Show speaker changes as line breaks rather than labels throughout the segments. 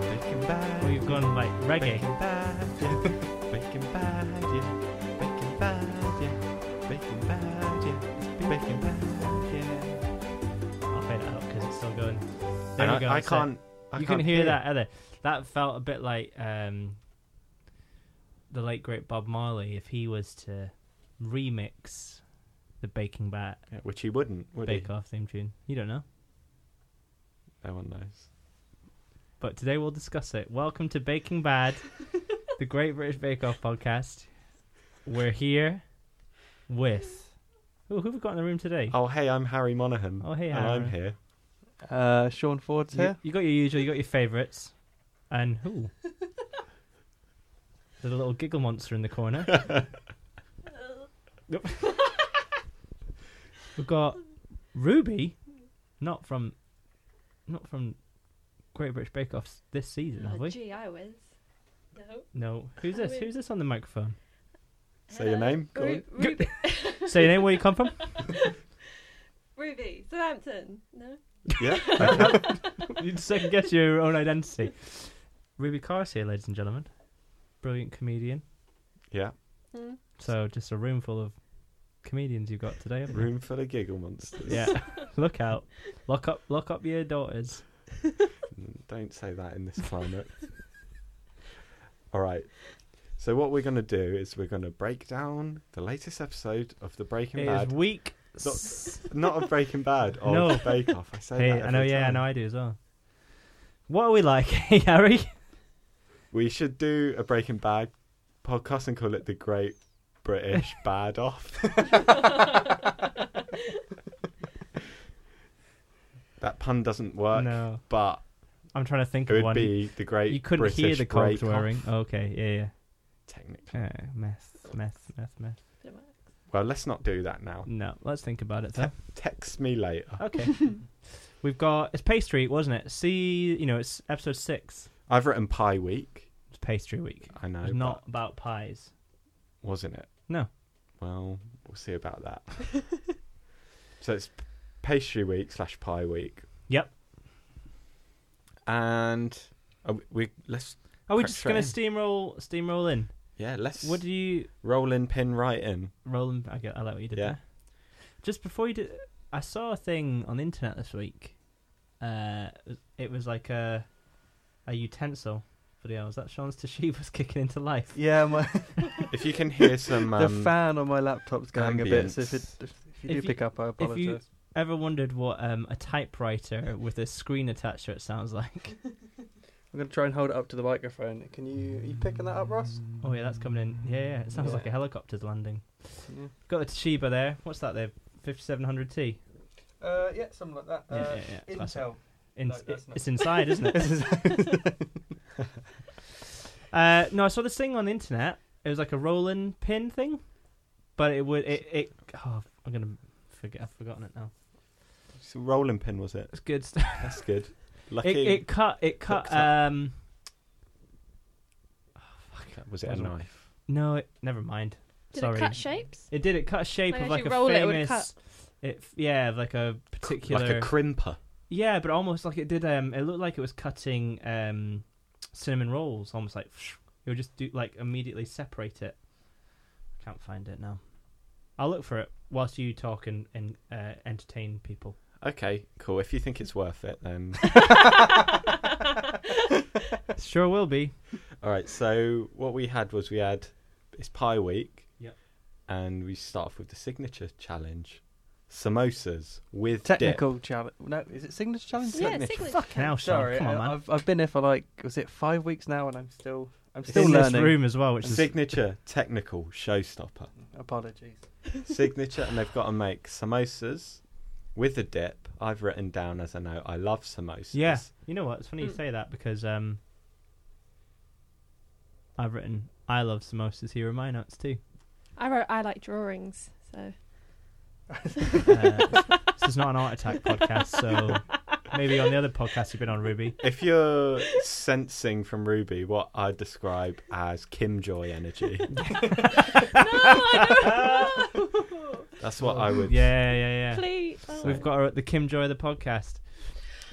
back.
Well, you've gone like reggae.
Bacon bad, yeah. Bacon bad, yeah. Bacon bad, yeah. Bacon bad, yeah. Bacon bad, yeah.
I'll fade it out because it's still going. There
And
we
I,
go.
I
that's it.
can't. I
you
can't
can hear
it.
that other. That felt a bit like um, the late great Bob Marley if he was to remix the Baking Bat
Yeah, which he wouldn't, would
Bake
he?
Off theme tune. You don't know,
No one knows.
but today we'll discuss it. Welcome to Baking Bad, the Great British Bake Off podcast. We're here with Ooh, who have we got in the room today?
Oh, hey, I'm Harry Monaghan.
Oh, hey,
and I'm
Harry.
here.
Uh, Sean Ford's
you,
here.
you got your usual. You got your favourites, and ooh, there's a little giggle monster in the corner.
Oh,
We've got Ruby, not from, not from Great British Bake Offs this season, have
Oh,
we?
gee, I was. No.
No. Who's this?
we-
Who's this on the microphone?
Say your name.
Ru-
Go-
Ruby.
Say your name. Where you come from?
Ruby. Southampton. No.
Yeah.
You second guess your own identity. Ruby Carr's here, ladies and gentlemen. Brilliant comedian.
Yeah.
Hmm.
So just a room full of comedians you've got today, haven't you?
Room full of giggle monsters.
Yeah. Look out. Lock up lock up your daughters.
Mm, Don't say that in this climate. All right. So what we're going to do is we're going to break down the latest episode of the Breaking
It is
Bad.
weak.
Not- Not of Breaking Bad, of
No.
Bake Off. I say
Hey,
that
I know
every
yeah, I
time.
know I do as well. What are we like, hey Harry?
We should do a Breaking Bad podcast and call it the Great British Bad Off. that pun doesn't work,
No.
but
I'm trying to think
it
of
would
one.
be the Great
you couldn't
British
hear the cogs
Break
whirring. Oh,
Off,
Okay,
Technically.
yeah, yeah. Uh, mess, mess, mess, mess.
Well, let's not do that now.
No, let's think about it
Te-
though.
text me later.
Okay. We've got it's pastry, wasn't it? See, you know, it's episode six.
I've written Pie Week.
It's pastry week.
I know.
It's not about pies.
but wasn't it?
No.
Well, we'll see about that. so it's pastry week slash pie week,
Yep.
and uh, we let's
Are we
Crack
just
straight
gonna
in.
steamroll steamroll in?
yeah let's
What do you
roll in pin right in.
Roland, I get. I like what you did
Yeah.
there. Just before you did, I saw a thing on the internet this week. Uh, it was like a a utensil video. Was that Sean's Toshiba's kicking into life?
Yeah, my,
If you can hear some, um,
the fan on my laptop's going a bit. So if, it,
ambience.
if, if
If
you do
you-
pick up, I
if
apologise.
you- Ever wondered what um, a typewriter with a screen attached to it sounds like?
I'm going to try and hold it up to the microphone. Can you? Are you picking that up, Ross?
Oh yeah, that's coming in. Yeah, yeah. It sounds like a
Yeah.
helicopter's landing.
Yeah.
Got a Toshiba there. What's that there? 5700T.
Uh, yeah, something like that.
Yeah,
uh,
yeah, yeah, that's
Intel.
In,
No, that's not-
it's inside, isn't it? uh, no, I saw this thing on the internet. It was like a rolling pin thing, but it would it. it oh, I'm gonna forget. I've forgotten it now.
it's a rolling pin was it?
It's good stuff.
That's good. Lucky.
It, it cut. It cut.
Hooks up.
Um. oh, fuck.
was it a
Wasn't it?
knife?
No, it, never mind.
Did
Sorry,
it cut shapes?
It did. It cut a shape
Like,
of
as
like
you
a
roll it, it would
famous.
cut.
it- yeah, like a particular
Like a crimper.
Yeah, but almost like it did. Um, it looked like it was cutting um, cinnamon rolls. Almost like it would just do like immediately separate it. I can't find it now. I'll look for it whilst you talk and, and uh, entertain people.
Okay, cool. If you think it's worth it, then
sure will be.
All right. So what we had was we had it's Pie Week.
Yep.
And we start off with the signature challenge, samosas with
Technical challenge. No, is it signature challenge?
Yeah,
Yeah,
Technic-
signature.
Now, Sean,
Sorry,
come on,
I-
man.
I've I've been here for like was it five weeks now, and I'm still I'm
It's
still
in
learning.
this room as well,
dip.
which is
Signature technical showstopper.
Apologies.
signature, and they've got to make samosas with a dip. I've written down as I know I love samosas.
yeah. You know what? It's funny you
Mm.
say that because um, I've written I love samosas here in my notes too.
I wrote I like drawings, so
Uh, this is not an art attack podcast, so maybe on the other podcast you've been on, Ruby.
If you're sensing from Ruby what I describe as Kim Joy energy,
no, I don't. know.
that's what I would.
Yeah, yeah, yeah.
Please. Oh.
We've got her at the Kim Joy of the podcast.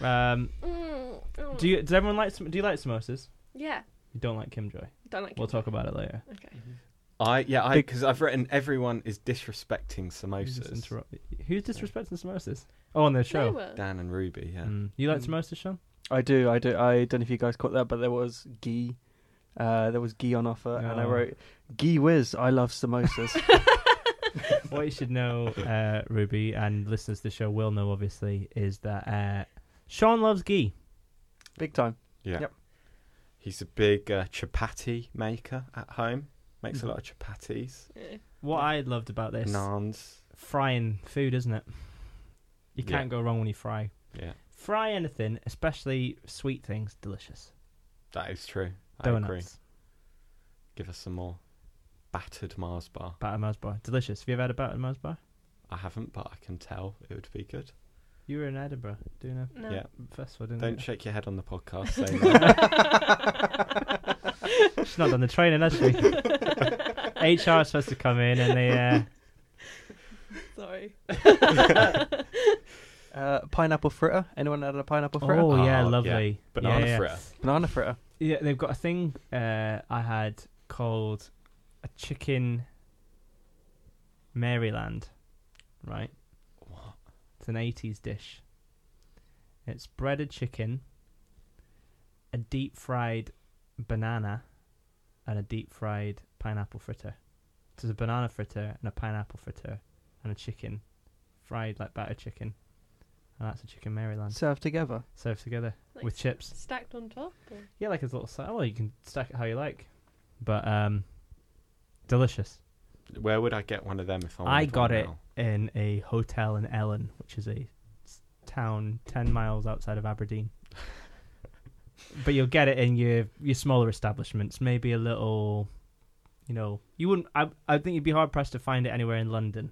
Um,
Mm, mm.
do you? Does everyone like? sam- Do you like samosas?
Yeah.
You don't like Kim Joy.
Don't like
We'll
it.
talk about it later.
Okay.
I yeah, I
Big-
because I've written everyone is disrespecting
You just
samosas.
interrupt- Who's disrespecting samosas? Oh, on their
They
show.
were.
Dan and Ruby, yeah.
Mm. You like
Mm.
samosas, Sean?
I do, I do. I don't know if you guys caught that, but there was ghee. Uh, there was ghee on offer, and I
Oh.
wrote, "Ghee whiz, I love samosas."
what you should know, uh, Ruby, and listeners to the show will know, obviously, is that uh, Sean loves ghee.
Big time.
Yeah.
Yep.
He's a big uh, chapati maker at home. Makes
Mm-hmm.
a lot of chapatis,
Yeah.
What I loved about this
naans.
frying food, isn't it? You
Yeah.
can't go wrong when you fry.
Yeah,
Fry anything, especially sweet things, delicious.
that is true. I
Donuts,
agree. Give us some more battered Mars bar.
battered Mars bar, delicious. Have you ever had a battered Mars bar?
I haven't, but I can tell it would be good.
You were in Edinburgh doing a
No.
Yeah.
festival, didn't
Don't
you?
shake your head on the podcast. Saying that.
She's not done the training, has she? HR is supposed to come in and they uh,
Sorry.
Uh, pineapple fritter. Anyone had a pineapple fritter?
Oh yeah,
Oh, yeah.
lovely.
Banana
yeah, yeah.
fritter.
Banana fritter.
Yeah, they've got a thing uh, I had called a chicken Maryland, right?
What?
It's an eighties dish. It's breaded chicken, a deep fried banana, and a deep fried pineapple fritter. So there's a banana fritter and a pineapple fritter and a chicken, fried like batter chicken, and that's a chicken Maryland
Served together.
served together
Like
with chips.
Stacked on top. Or?
Yeah, like his little side. Well, you can stack it how you like, but um, delicious.
Where would I get one of them if I?
I
wanted one
got it
now?
in a hotel in Ellen, which is a s- town ten miles outside of Aberdeen. but you'll get it in your your smaller establishments, maybe a little. You know, you wouldn't. I I think you'd be hard pressed to find it anywhere in London.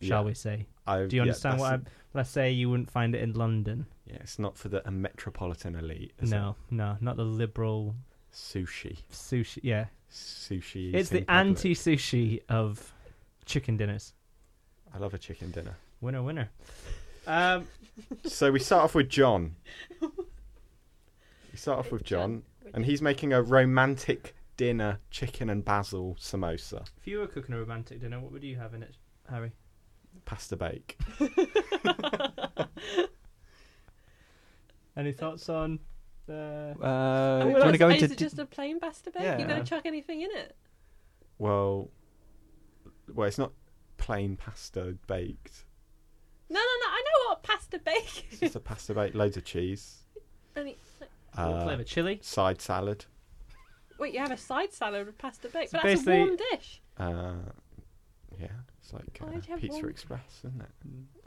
Shall
Yeah.
we say?
I,
Do you
yeah,
understand what?
that's-
I'm, let's say you wouldn't find it in London.
Yeah, it's not for the a metropolitan elite. Is
no, no, not the liberal
it? sushi,
sushi. Yeah,
sushi.
It's
eating public.
the anti sushi of chicken dinners.
I love a chicken dinner.
Winner, winner. Um,
So we start off with John. We start off with John, and he's making a romantic dinner chicken and basil samosa,
if you were cooking a romantic dinner, what would you have in it, Harry?
pasta bake.
Any thoughts on? Uh...
Uh, do you
Oh, well,
want to go
is
into?
it just a plain pasta bake?
Yeah.
You're going to chuck anything in it?
Well, well, it's not plain pasta baked.
No, no, no. I know what pasta bake
It's
is.
just a pasta bake, loads of cheese,
I mean,
what
uh,
flavour? Chili.
side salad,
wait, you have a side salad with pasta bake,
So
but that's a
basically-
warm dish.
uh, yeah, it's like
Why'd you
uh,
have
Pizza
one?
Express, isn't it?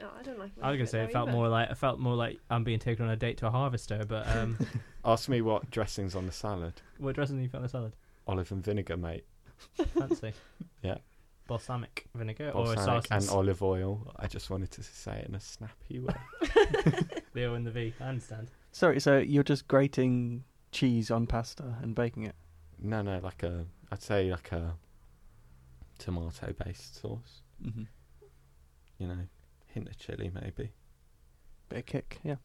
No, Oh, I don't like.
I was gonna say it felt more like it felt more like I'm being taken on a date to a harvester, but um,
Ask me what dressings on the salad.
what dressing do you put on the salad?
Olive and vinegar, mate.
Fancy.
Yeah.
Balsamic vinegar or
Balsamic
sauce
and olive oil. I just wanted to say it in a snappy way.
the O and the V. I understand.
Sorry, so you're just grating cheese on pasta and baking it.
No, no, like a, I'd say like a tomato-based sauce.
Mm-hmm.
You know, hint of chili maybe,
Bit of kick, yeah.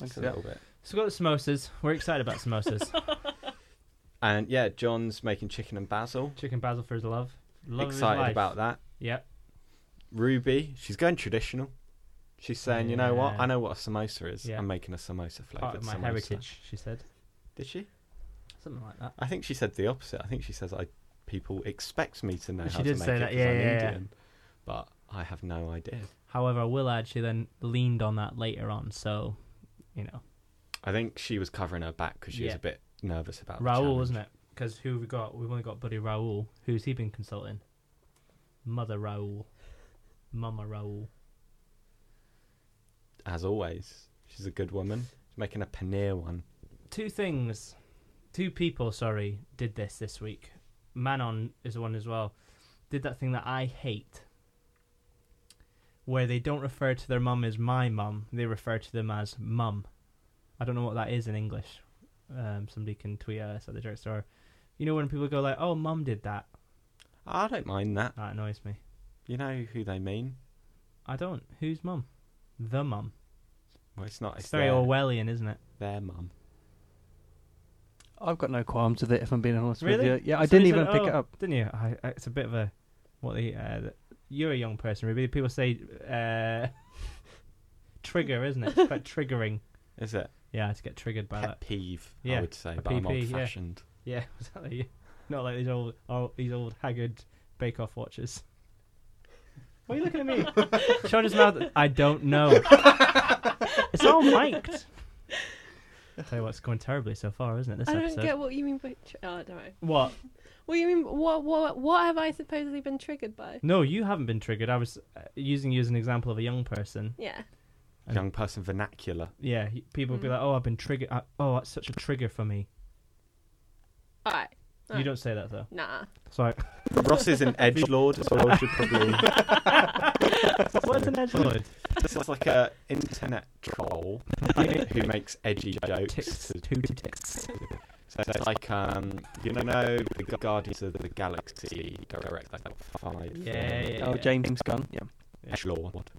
just a
Okay.
little bit.
So we've got the samosas. We're excited about samosas.
And yeah, John's making chicken and basil.
Chicken basil for his love. love of his
Excited
life.
about that.
Yep.
Ruby, she's going traditional. She's saying, you know what?
Yeah.
I know what a samosa is.
Yeah.
I'm making a samosa
Part
flavored
of my
samosa.
heritage, she said.
Did she?
Something like that.
I think she said the opposite. I think she says, "I people expect me to know
She
how
did
to make
say
it
that,
'cause
yeah,
I'm
yeah, yeah.
Indian, but I have no idea."
However, I will add she then leaned on that later on, so you know.
I think she was covering her back because she was
Yeah.
a bit nervous about
Raul,
the
wasn't it? Because who have we got? We've only got Buddy Raul. Who's he been consulting? Mother Raul. Mama Raul.
it? As always, she's a good woman. She's making a paneer one.
Two things. Two people, sorry, did this this week. Manon is one as well. Did that thing that I hate where they don't refer to their mum as my mum, they refer to them as mum. I don't know what that is in English. Um, somebody can tweet at us at the direct store. You know when people go like, "Oh, mum did that,"
I don't mind that.
that annoys me.
You know who they mean.
I don't. Who's mum? The mum.
Well, it's not.
It's
It's,
very
their,
Orwellian, isn't it?
their mum.
I've got no qualms with it. If I'm being honest
Really?
with you, yeah, I
So
didn't
you said,
even pick
"Oh,
it up.
Didn't you? I, I, it's a bit of a what the, uh, the- you're a young person. Really, people say uh, trigger, isn't it? It's quite triggering.
Is it?
Yeah, to get triggered by
Pet
that.
peeve, I
uh, yeah,
would say,
a
but I'm
PP, yeah.
old fashioned.
Yeah, exactly. Not like these old, old these old haggard Bake Off watchers. Why are you looking at me? Showing his mouth. I don't know. it's all mic'd. Tell you what, it's going terribly so far, isn't it? This
I don't
episode.
get what you mean by. Tr- oh, I don't know.
What?
What do you mean? What, what, what have I supposedly been triggered by?
No, you haven't been triggered. I was uh, using you as an example of a young person.
Yeah.
And-
Young person vernacular.
Yeah, he- people would be
Mm.
like, "Oh, I've been triggered. I, oh, that's such a trigger for me."
All right.
You
Right.
don't say that though.
Nah.
Sorry.
Ross is an edge lord, so I should probably.
What's an edge lord?
This is like a internet troll who makes edgy jokes.
Ticks.
to-
Two ticks.
So it's like um, you know, the Guardians of the Galaxy direct like five.
Yeah, yeah.
Oh, James Gunn. Yeah.
Edge lord.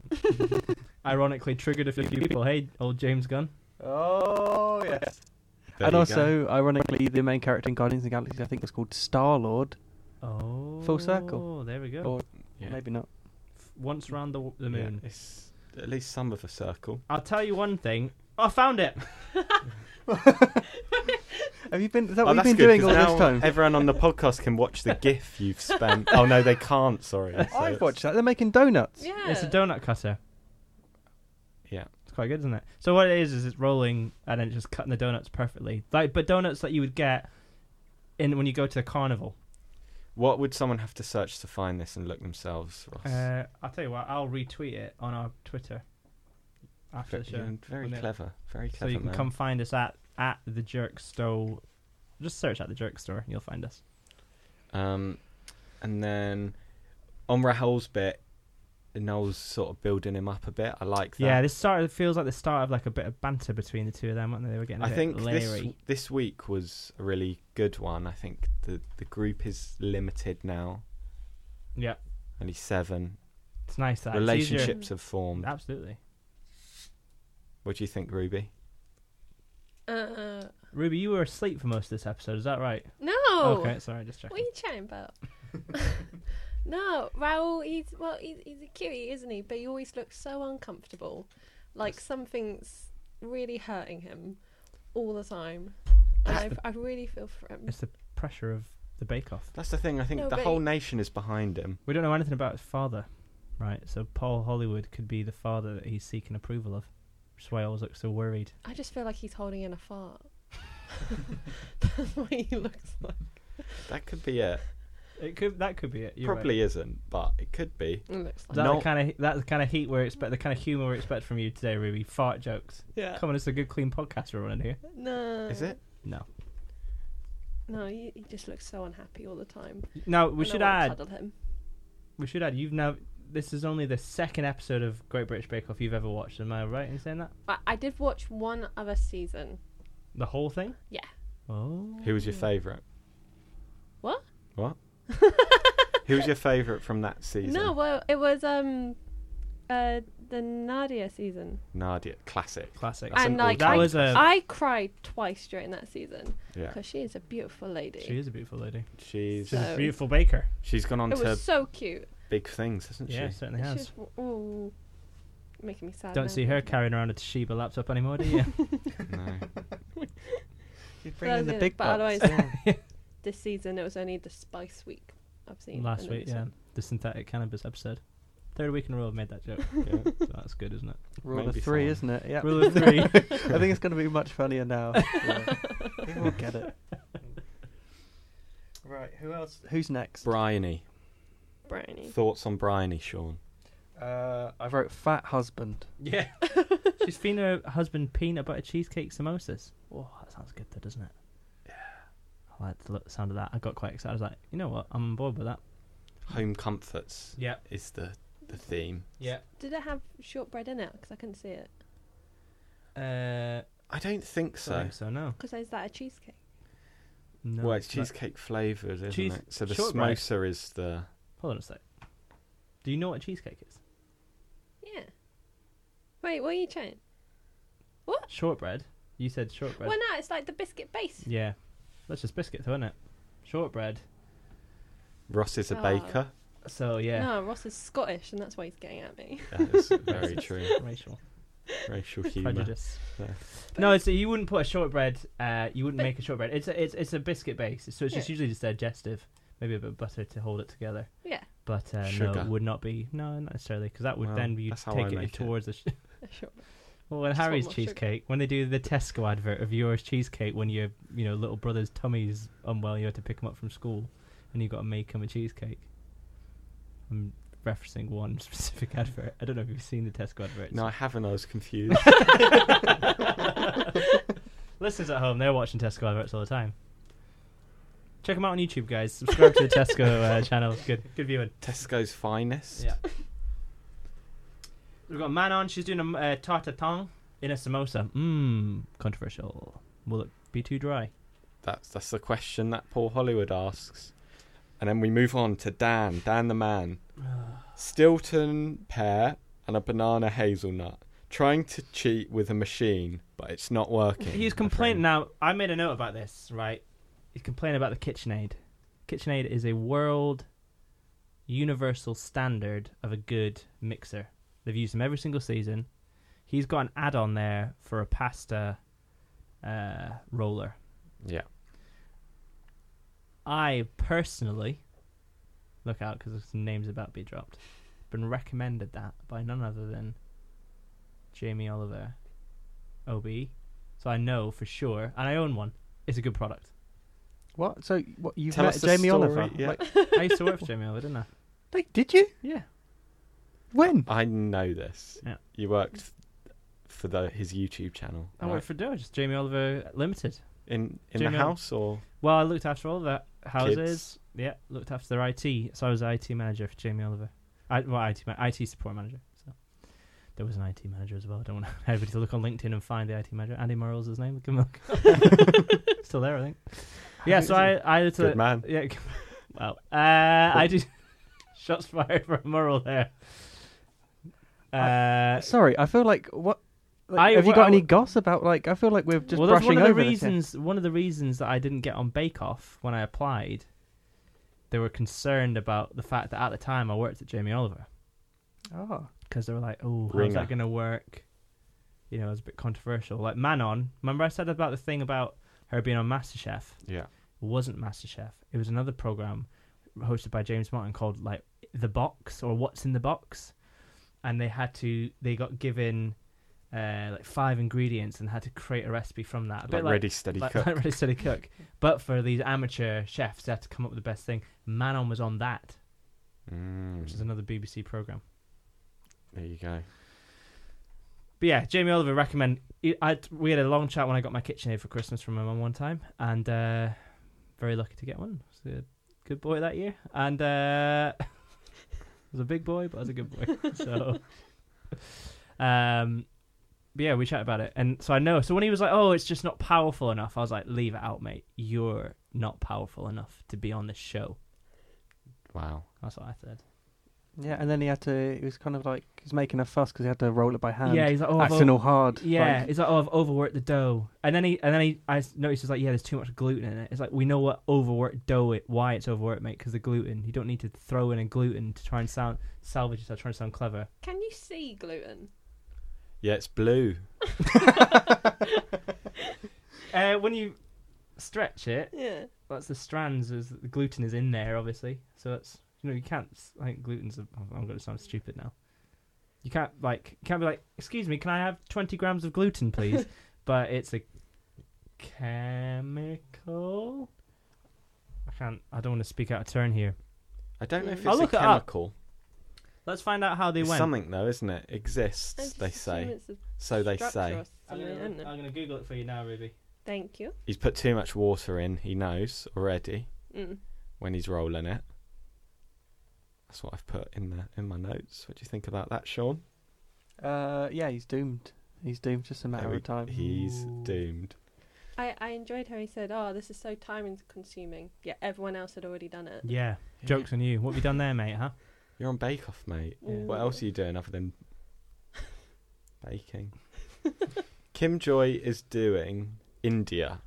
Ironically, triggered a few people. Hey, old James Gunn.
Oh yes.
There
and
you go.
also, ironically, the main character in Guardians of the Galaxy, I think, was called Star Lord,
Oh.
circle.
There we go.
or
Yeah.
maybe not.
F- Oh. Once round the, the
Yeah,
moon.
it's at least some of a circle.
I'll tell you one thing. Oh, I found it.
Have you been? Is that
oh,
what you've
that's
been
good,
doing
'cause
all
now
this time?
Everyone on the podcast can watch the GIF you've spent. oh no, they can't. Sorry. So
I've
it's-
watched that. They're making donuts.
Yeah.
It's a donut cutter.
Yeah.
It's quite good, isn't it? So what it is is it's rolling and then it's just cutting the donuts perfectly. Like, but donuts that you would get in when you go to the carnival.
What would someone have to search to find this and look themselves, Ross?
Uh, I'll tell you what. I'll retweet it on our Twitter after
Ve-
the show,
you're very
Wouldn't it?
clever. Very
so
clever.
you can
man.
come find us at at the Jerk Store. Just search at the Jerk Store, and you'll find us.
Um, and then on Rahul's bit, Noel's sort of building him up a bit. I like that.
Yeah, this started. It feels like the start of like a bit of banter between the two of them, weren't they? They were getting. I
I think this
leery.
this week was a really good one. I think the the group is limited now,
Yeah,
only seven.
it's nice that it's easier-
Relationships have formed.
Absolutely.
What do you think, Ruby?
Uh,
Ruby, you were asleep for most of this episode. Is that right?
no.
Okay, sorry, just
What are
checking.
you chatting about? no, Raoul, he's, well, he's, he's a cutie, isn't he? But he always looks so uncomfortable. Like something's really hurting him all the time. And
That's
I've, I really feel for him.
It's the pressure of the Bake Off.
That's the thing. I think
No,
the
but
whole
he-
nation is behind him.
We don't know anything about his father, right? So Paul Hollywood could be the father that he's seeking approval of. Which is why I always look so worried.
I just feel like he's holding in a fart. That's what he looks like.
That could be it.
It could that could be it. You're
Probably isn't, but it could be.
He looks
Right.
like.
That
No.
kind of that's the kind of heat we're expect the kind of humor we expect from you today, Ruby. Fart jokes.
Yeah.
Uh,
Come on, it's a good clean podcast we're running here.
No.
Is it?
No.
No, he, he just looks so unhappy all the time.
Now we
And I
should
wanna
add
cuddle him.
we should add you've now this is only the second episode of Great British Bake Off you've ever watched. Am I right in saying that?
I, I did watch one other season.
The whole thing?
Yeah.
Oh.
Who was your favourite?
What?
What? Who was your favourite from that season?
No, well, it was um, uh, the Nadia season.
Nadia, classic.
Classic.
That's
And,
an
like,
all-time
that was a.
I cried twice during that season
Yeah,
because she is a beautiful lady.
She is a beautiful lady.
she's
She's a
So-
beautiful baker.
she's gone on
It
to
was so cute.
big things, hasn't
Yeah,
she?
certainly has.
She's ooh, making me sad. now.
Don't see her carrying around a Toshiba laptop anymore, do you?
No.
You're
But that
bringing
was
the
it.
big
But
bucks.
otherwise, this season it was only the Spice Week I've seen.
Last
and then
week,
this
yeah,
one.
the synthetic cannabis episode. Third week in a row I've made that joke.
Yeah.
so that's good, isn't it?
Rule of
Maybe
three,
fine.
isn't it? Yeah.
Rule of three.
I think it's going to be much funnier now. Yeah. People will get it. Right. Who else? Who's next?
Bryony.
Brownie.
Thoughts on Bryony, Sean?
Uh, I wrote fat husband.
Yeah. She's feeding her husband peanut butter cheesecake samosas. Oh, that sounds good though, doesn't it? Yeah. I like the look- sound of that. I got quite excited. I was like, you know what? I'm on board with that.
Home comforts
Yeah.
is the, the theme.
Yeah.
Did it have shortbread in it? Because I couldn't see it.
Uh,
I don't think
so,
so.
think so no.
Because is that a cheesecake?
No.
well, it's
but-
cheesecake flavoured, isn't
Cheese-
it? So the
shortbread.
smosa is the.
Hold on a sec. Do you know what cheesecake is?
Yeah. Wait, what are you trying?
Shortbread. You said shortbread.
Well, no, it's like the biscuit base.
Yeah. That's just biscuit, though, isn't it? Shortbread.
Ross is a
Ah.
baker.
So yeah,
No, Ross is Scottish, and that's why he's getting at me.
That is very true.
racial
Racial humour.
prejudice.
there.
No, it's you wouldn't put a shortbread. Uh, you wouldn't
But-
make a shortbread. It's a, it's it's a biscuit base, so it's just
Yeah.
usually just digestive, maybe a bit of butter to hold it together.
Yeah,
But uh, no,
Sugar.
it would not be no, not necessarily, because that would
Well,
then be
that's how I
take
make
it
it.
towards the. Sh-
sure.
well, when
Just want
Harry's
more sugar.
cheesecake, when they do the Tesco advert of yours cheesecake, when your you know little brother's tummy's unwell, you have to pick him up from school, and you got to make him a cheesecake. I'm referencing one specific advert. I don't know if you've seen the Tesco advert.
No, I haven't. I was confused.
Listeners at home, they're watching Tesco adverts all the time. Check them out on YouTube, guys. Subscribe to the Tesco uh, channel. Good, good viewing.
Tesco's finest.
Yeah. We've got Manon. She's doing a m- uh, tartatang in a samosa. Mmm, controversial. Will it be too dry?
That's that's the question that Paul Hollywood asks. And then we move on to Dan, Dan the man. Stilton pear and a banana hazelnut. Trying to cheat with a machine, but it's not working.
He's
my friend.
complaining now. I made a note about this, right? He's complaining about the KitchenAid. KitchenAid is a world universal standard of a good mixer. They've used them every single season. He's got an add on there for a pasta uh, roller.
Yeah.
I personally, look out because some names about to be dropped, been recommended that by none other than Jamie Oliver, OB. So I know for sure, and I own one. It's a good product.
What? So what? You've
Tell
met
us the
Jamie
story,
Oliver?
yeah.
Like,
I used to work for Jamie Oliver, didn't I?
like, did you?
Yeah.
When?
I know this.
Yeah.
You worked for the his YouTube channel.
I worked
right?
for Doge, Jamie Oliver Limited.
in in
Jamie
the
Ol-
house or
Well, I looked after all of that houses.
Kids.
Yeah, looked after their IT. So I was the IT manager for Jamie Oliver. I, well, IT ma- IT support manager. So there was an IT manager as well. I don't want everybody to look on LinkedIn and find the IT manager. Andy Morrell's his name. Give him a look. Still there, I think. Yeah. So I I looked
good
at,
man.
yeah. g- Well, uh, I did. Shots fired from Morrell there. Uh,
Sorry, I feel like what? Like,
I-
have you
well,
got
I
any
w-
goss about? Like, I feel like we're just
well, that's
brushing
one of the
over this here.
reasons. One of the reasons that I didn't get on Bake Off when I applied, they were concerned about the fact that at the time I worked at Jamie Oliver
Oh,
because they were like, "Oh, how's
Ringer.
that going to work?" You know, it was a bit controversial. Like Manon, remember I said about the thing about her being on MasterChef?
Yeah.
It wasn't MasterChef. It was another program hosted by James Martin called like The Box or What's in the Box, and they had to they got given uh, like five ingredients and had to create a recipe from that. A
Like,
bit like
ready steady
like,
cook.
like Ready Steady Cook. But for these amateur chefs, they had to come up with the best thing. Manon was on that,
Mm,
which is another BBC program.
there you go.
But yeah, Jamie Oliver recommend. I- I we had a long chat when I got my KitchenAid for Christmas from my mum one time, and uh, very lucky to get one. I was a good boy that year, and uh, I was a big boy, but I was a good boy. so, um, but yeah, we chat about it, and so I know. So when he was like, "Oh, it's just not powerful enough," I was like, "Leave it out, mate. You're not powerful enough to be on this show."
Wow.
That's what I said.
yeah. And then he had to. He was kind of like he was making a fuss because he had to roll it by hand.
yeah, he's like, "Oh, I've
acting all hard.
Yeah,
like,
it's like oh, I've overworked the dough, and then he and then he I s- noticed it's like yeah, there's too much gluten in it. It's like we know what overworked dough it why it's overworked, mate, because the gluten. You don't need to throw in a gluten to try and sound salvage yourself, trying to sound clever.
Can you see gluten?
Yeah, it's blue.
Uh, when you stretch it,
Yeah.
that's the strands. Is the gluten is in there, obviously. So that's you know you can't. s- I think gluten's. A, I'm going to sound stupid now. You can't like you can't be like, excuse me, can I have 20 grams of gluten, please? but it's a chemical. I can't. I don't want to speak out of turn here.
I don't know if it's
I'll
a
look it up.
chemical.
Let's find out how they
It's
went.
something though, isn't it?
I
Exists,
just
they
assume
say.
it's the
So they
structure
say.
or something, isn't it?
Google it for you now, Ruby.
Thank you.
He's put too much water in, he knows already
Mm.
when he's rolling it. That's what I've put in the in my notes. What do you think about that, Sean?
uh, yeah, he's doomed. He's doomed. Just a matter
we-
of time.
He's
Ooh.
doomed.
I, I enjoyed how he said, "Oh, this is so time consuming." Yeah, everyone else had already done it.
Yeah. Jokes on you. What have you done there, mate? Huh?
You're on Bake Off, mate.
Mm.
Yeah.
What else are you doing other than baking? Kim Joy is doing India.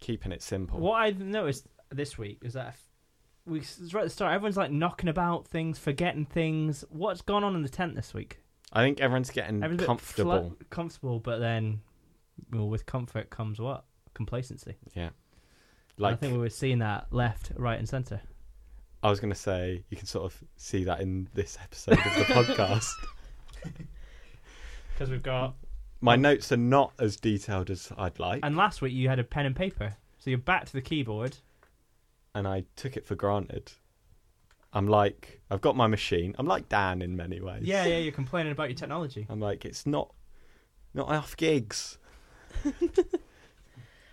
keeping it simple.
What I've noticed this week is that if we it's right at the start. Everyone's like knocking about things, forgetting things. What's gone on in the tent this week?
I think everyone's getting
Everyone's a bit
Mm, comfortable.
flu- comfortable, but then, well, with comfort comes what complacency.
yeah.
And I
Like
think we were seeing that left, right, and centre.
I was going to say, you can sort of see that in this episode of the podcast.
Because we've got.
My notes are not as detailed as I'd like, and,
And last week you had a pen and paper, so you're back to the keyboard.
I took it for granted. I'm like, I've got my machine. I'm like Dan in many ways.
Yeah, yeah, you're complaining about your technology.
I'm like, it's not, not enough gigs.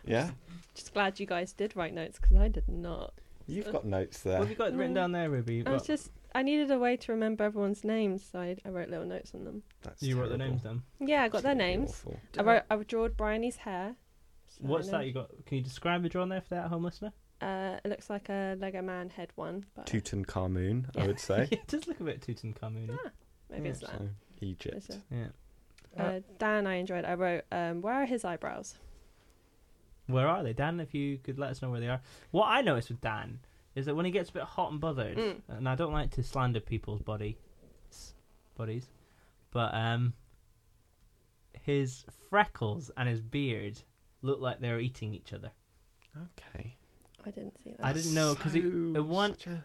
yeah,
Just glad you guys did write notes because I did not.
you've got notes
What
there.
have you got written
Mm.
down there, Ruby?
I was
What-
just I needed a way to remember everyone's names, so I, I wrote little notes on them.
That's
you wrote the
terrible.
names down.
Yeah, I got their
Absolutely
names.
awful.
I wrote I drawed Bryony's hair. so I
What's
know-
that you got? Can you describe the drawing there for that home listener?
Uh, it looks like a Lego Man head one, but
Tutankhamun, I would say.
it does look a bit Tutankhamun.
Yeah. maybe it's that.
So, Egypt.
It's a-
Yeah.
Uh, Dan, I enjoyed. I wrote, um, where are his eyebrows?
Where are they, Dan? If you could let us know where they are. What I noticed with Dan is that when he gets a bit hot and bothered,
Mm.
and I don't like to slander people's body s- bodies, but um, his freckles and his beard look like they're eating each other.
Okay.
I didn't see that.
I didn't know because
So-
it one.
such a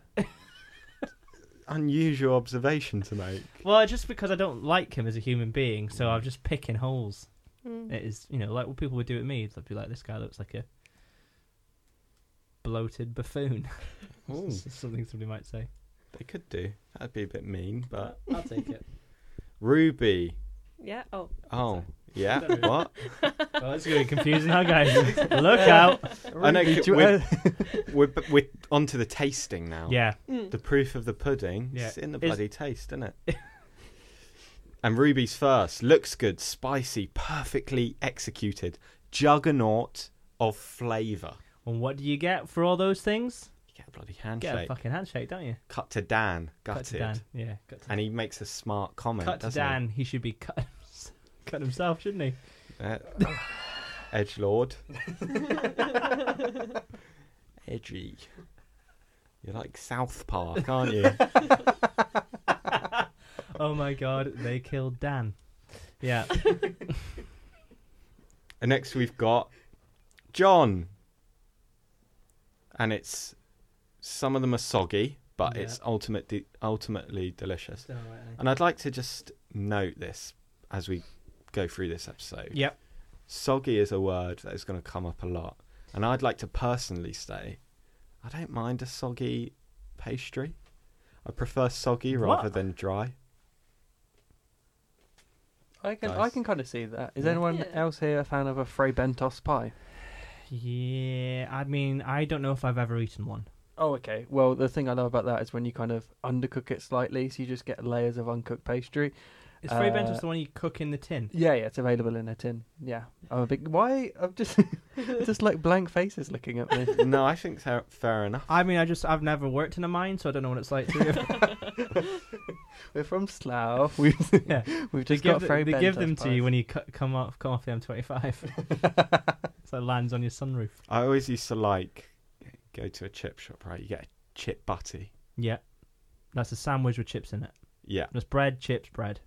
unusual observation to make.
Well, just because I don't like him as a human being, so I'm just picking holes.
Mm.
It is, you know, like what people would do at me. They'd be like, "This guy looks like a bloated buffoon."
Ooh.
Something somebody might say.
They could do. That'd be a bit mean, but
I'll take it.
Ruby.
Yeah. Oh.
Oh, yeah.
Sorry.
what?
Well, it's going to be confusing, huh, guys? Look out!
I know.
Did
c-
you- uh,
We're, we're we're onto the tasting now.
Yeah,
Mm.
The proof of the pudding
Yeah.
is in the
Is-
bloody taste, isn't it? and Ruby's first looks good, spicy, perfectly executed, juggernaut of flavour.
and what do you get for all those things?
You get a bloody
You
handshake.
Get a fucking handshake, don't you?
Cut to Dan, gutted,
Cut to Dan. Yeah, cut to,
and he makes a smart comment.
cut to
doesn't he?
Dan. He? should be cut, cut himself, shouldn't he?
Uh, Edge Lord. Edgy. You're like South Park, aren't you?
Oh my God, they killed Dan. Yeah,
and next we've got John. And it's some of them are soggy, but
Yeah.
it's ultimate de- ultimately delicious. And I'd like to just note this as we go through this episode.
Yep.
Soggy is a word that is going to come up a lot. And I'd like to personally say I don't mind a soggy pastry. I prefer soggy
What?
rather than dry.
I can I
Nice.
can kind of see that. Is
Yeah.
anyone
Yeah.
else here a fan of a Frey Bentos pie?
yeah. I mean, I don't know if I've ever eaten one.
Oh, okay. Well, the thing I love about that is when you kind of undercook it slightly, so you just get layers of uncooked pastry.
Is Frey
Uh,
Bentos the one you cook in the tin?
Yeah, yeah, it's available in a tin. Yeah, I'm a big. Why? I'm just just like blank faces looking at me.
no, I think fair, fair enough.
I mean, I just I've never worked in a mine, so I don't know what it's like to.
We're from Slough. We've
yeah.
we've
They
just
give,
got
the-
Frey
they give
Bentos
them to
pies.
you when you cu- come off come off the M25. so it lands on your sunroof.
I always used to like go to a chip shop, right? You get a chip butty.
Yeah, that's a sandwich with chips in it.
Yeah.
That's bread, chips, bread.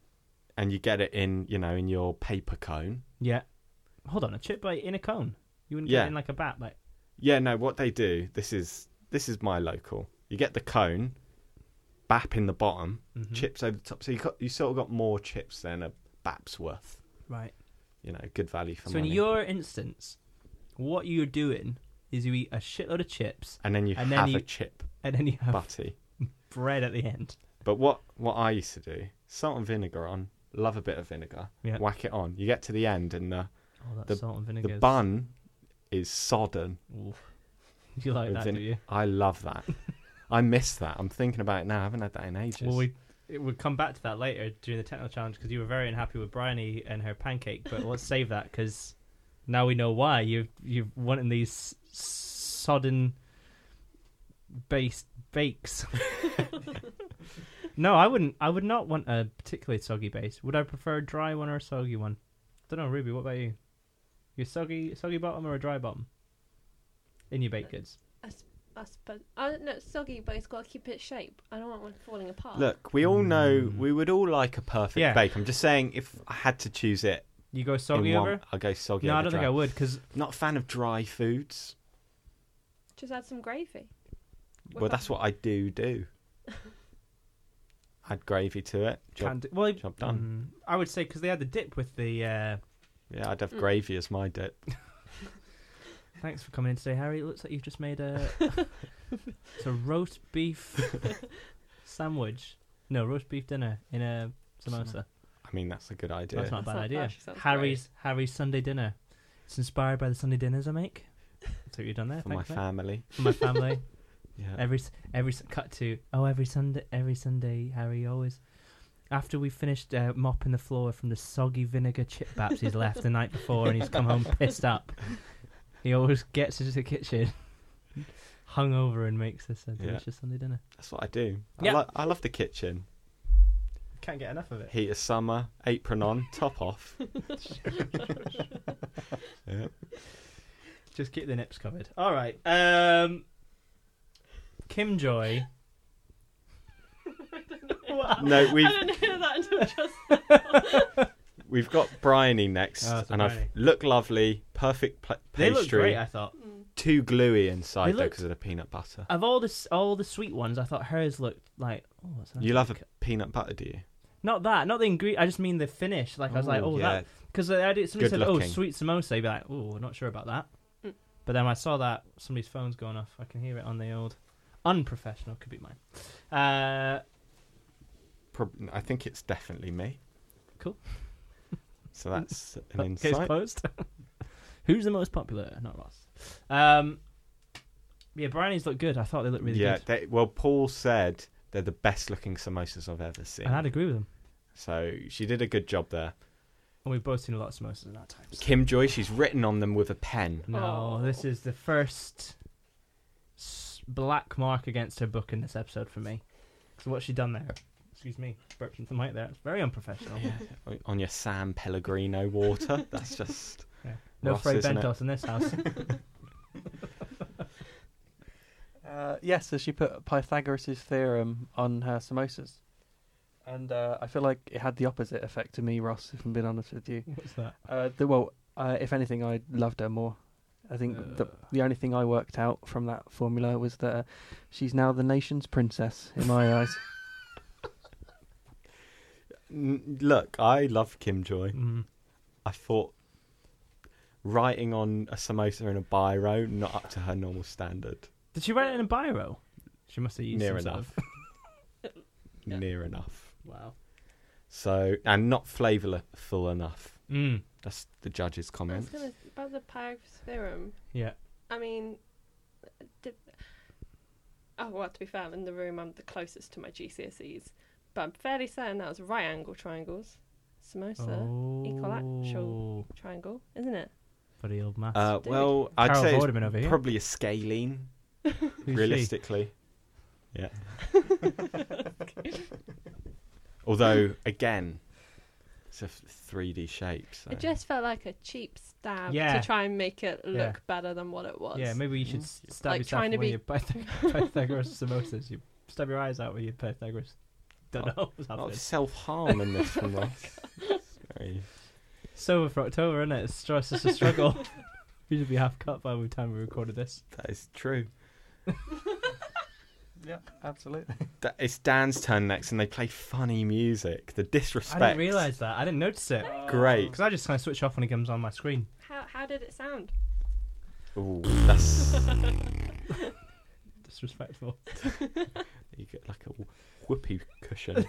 And you get it in, you know, in your paper cone.
Yeah. Hold on, a chip bite in a cone. You wouldn't get
Yeah.
it in like a bat, like
Yeah, no, what they do, this is this is my local. You get the cone, bap in the bottom,
Mhm.
chips over the top. So you got you sort of got more chips than a bap's worth.
Right.
You know, good value for
So in
money.
your instance, what you're doing is you eat a shitload of chips
and then you
and then
have
you-
a chip
and then you have
butty.
bread at the end.
But what what I used to do, salt and vinegar on. Love a bit of vinegar.
Yeah.
Whack it on. You get to the end and the
Oh, that
The-
salt and
the
vinegar.
bun is sodden.
You like
with
that,
vin-
do you?
I love that. I miss that. I'm thinking about it now. I haven't had that in ages.
Well, we it- we'll come back to that later during the technical challenge because you were very unhappy with Bryony and her pancake. But let's save that because now we know why you you're wanting these s- sodden based bakes. no, I wouldn't. I would not want a particularly soggy base. Would I prefer a dry one or a soggy one? don't know, Ruby. What about you? You soggy soggy bottom or a dry bottom? in your
Uh,
baked goods.
I suppose. I don't know, uh, it's soggy, but it's got to keep its shape. I don't want one falling apart.
Look, we all know
Mm.
we would all like a perfect
Yeah.
bake. I'm just saying, if I had to choose it,
You go
in
soggy
one,
over?
I'll go soggy.
No, I
over
don't think
dry.
I would because
Not a fan of dry foods.
Just add some gravy. Whip
well,
up-
that's what I do do. Add gravy to it. Job,
Can do.
well,
job done.
mm, I would say because they had the dip with the. Uh,
Yeah, I'd have
Mm.
gravy as my dip.
thanks for coming in today, Harry. It looks like you've just made a. it's a roast beef sandwich. No, roast beef dinner in a samosa.
I mean, that's a good idea.
That's not a
That
bad
sounds-
idea.
actually sounds
Harry's Harry's Sunday dinner. It's inspired by the Sunday dinners I make. That's what you've done there.
for my
thanks, mate.
family.
For my family.
Yeah.
every s- every s- cut to oh every Sunday every Sunday Harry always after we finished uh, mopping the floor from the soggy vinegar chip baps he's left the night before and he's come home pissed up he always gets into the kitchen hung over and makes this a delicious Sunday dinner
That's what I do. I,
Yeah.
lo- I love the kitchen.
can't get enough of it
Heat of summer, apron on, top off.
just keep the nips covered all right um Kim Joy
No, we've
I didn't hear that until just.
we've got Bryony next,
Oh, it's a
and I've
Bryony.
look lovely, perfect pla
they look
pastry,
great I thought
Mm.
too gluey
They
inside though
look-
because of the peanut butter.
of all the s- all the sweet ones I thought hers looked like oh that's a nice
you love a
look.
peanut butter, do you?
Not that, not the ingredient. I just mean the finish. Like I was like, oh, that because I did. Somebody
Good
said, oh,
looking.
sweet samosa. You'd be like, oh, not sure about that.
Mm.
But then I saw that somebody's phone's going off. I can hear it on the old unprofessional. Could be mine. Uh,
Prob- I think it's definitely me.
Cool.
So that's an
but case
insight.
oh, closed. Who's the most popular? Not Ross. Um, yeah, Brownies look good. I thought they looked really
yeah.
good,
They, well, Paul said they're the best looking samosas I've ever seen.
and I'd agree with them.
So she did a good job there.
And we've both seen a lot of samosas in our time. so-
Kim Joy, she's written on them with a pen.
No,
Oh.
this is the first s- black mark against her book in this episode for me. So what's she done there? Excuse me, burped into the mic there. It's very unprofessional.
on your San Pellegrino water. That's just
No
Ross,
Fred
isn't it?
Bentos in this house.
Uh, yeah, so she put Pythagoras' theorem on her samosas. And uh, I feel like it had the opposite effect to me, Ross, if I'm being honest with you.
what's that?
Uh, the, well, uh, if anything, I loved her more. I think
Uh.
the, the only thing I worked out from that formula was that uh, she's now the nation's princess in my eyes.
N- look. I love Kim Joy.
Mm.
I thought writing on a samosa in a biro not up to her normal standard.
Did she write it in a biro? She must have used
Near
some sort
enough.
Yeah.
Near enough.
of- Wow.
So and not flavourful enough.
Mm.
That's the judge's
I
comment.
was gonna about the Pythagoras theorem.
Yeah.
I mean, did, oh well. To be fair, I'm in the room. I'm the closest to my GCSEs, but I'm fairly certain that was right angle triangles,
Oh.
samosa uh, equilateral. triangle, isn't it?
For the Oh, old maths.
Uh,
Dude.
well, I'd
Carol
say it's
Vorderman over here.
probably a scalene,
Who's she?
realistically. Yeah. Although, again, it's a f- 3D shape. So.
It just felt like a cheap stab
Yeah.
to try and make it look
Yeah.
better than what it was.
Yeah, maybe you should s- stab
Like
yourself
trying to
with
be-
your Pythag- Pythagoras samosas. You stab your eyes out with your Pythagoras. Don't know what's
a lot
happening.
of self harm in this from Ross. It's very-
Sober for October, isn't it? It's str- it's just a struggle. we should be half cut by the time we recorded this.
that is true.
yeah, absolutely.
Da- it's Dan's turn next, and they play funny music. The disrespect.
I didn't realise that. I didn't notice it.
Great.
Because I just kind of switch off when it comes on my screen.
How how did it sound?
Ooh, that's
Disrespectful.
you get like a whoopee cushion.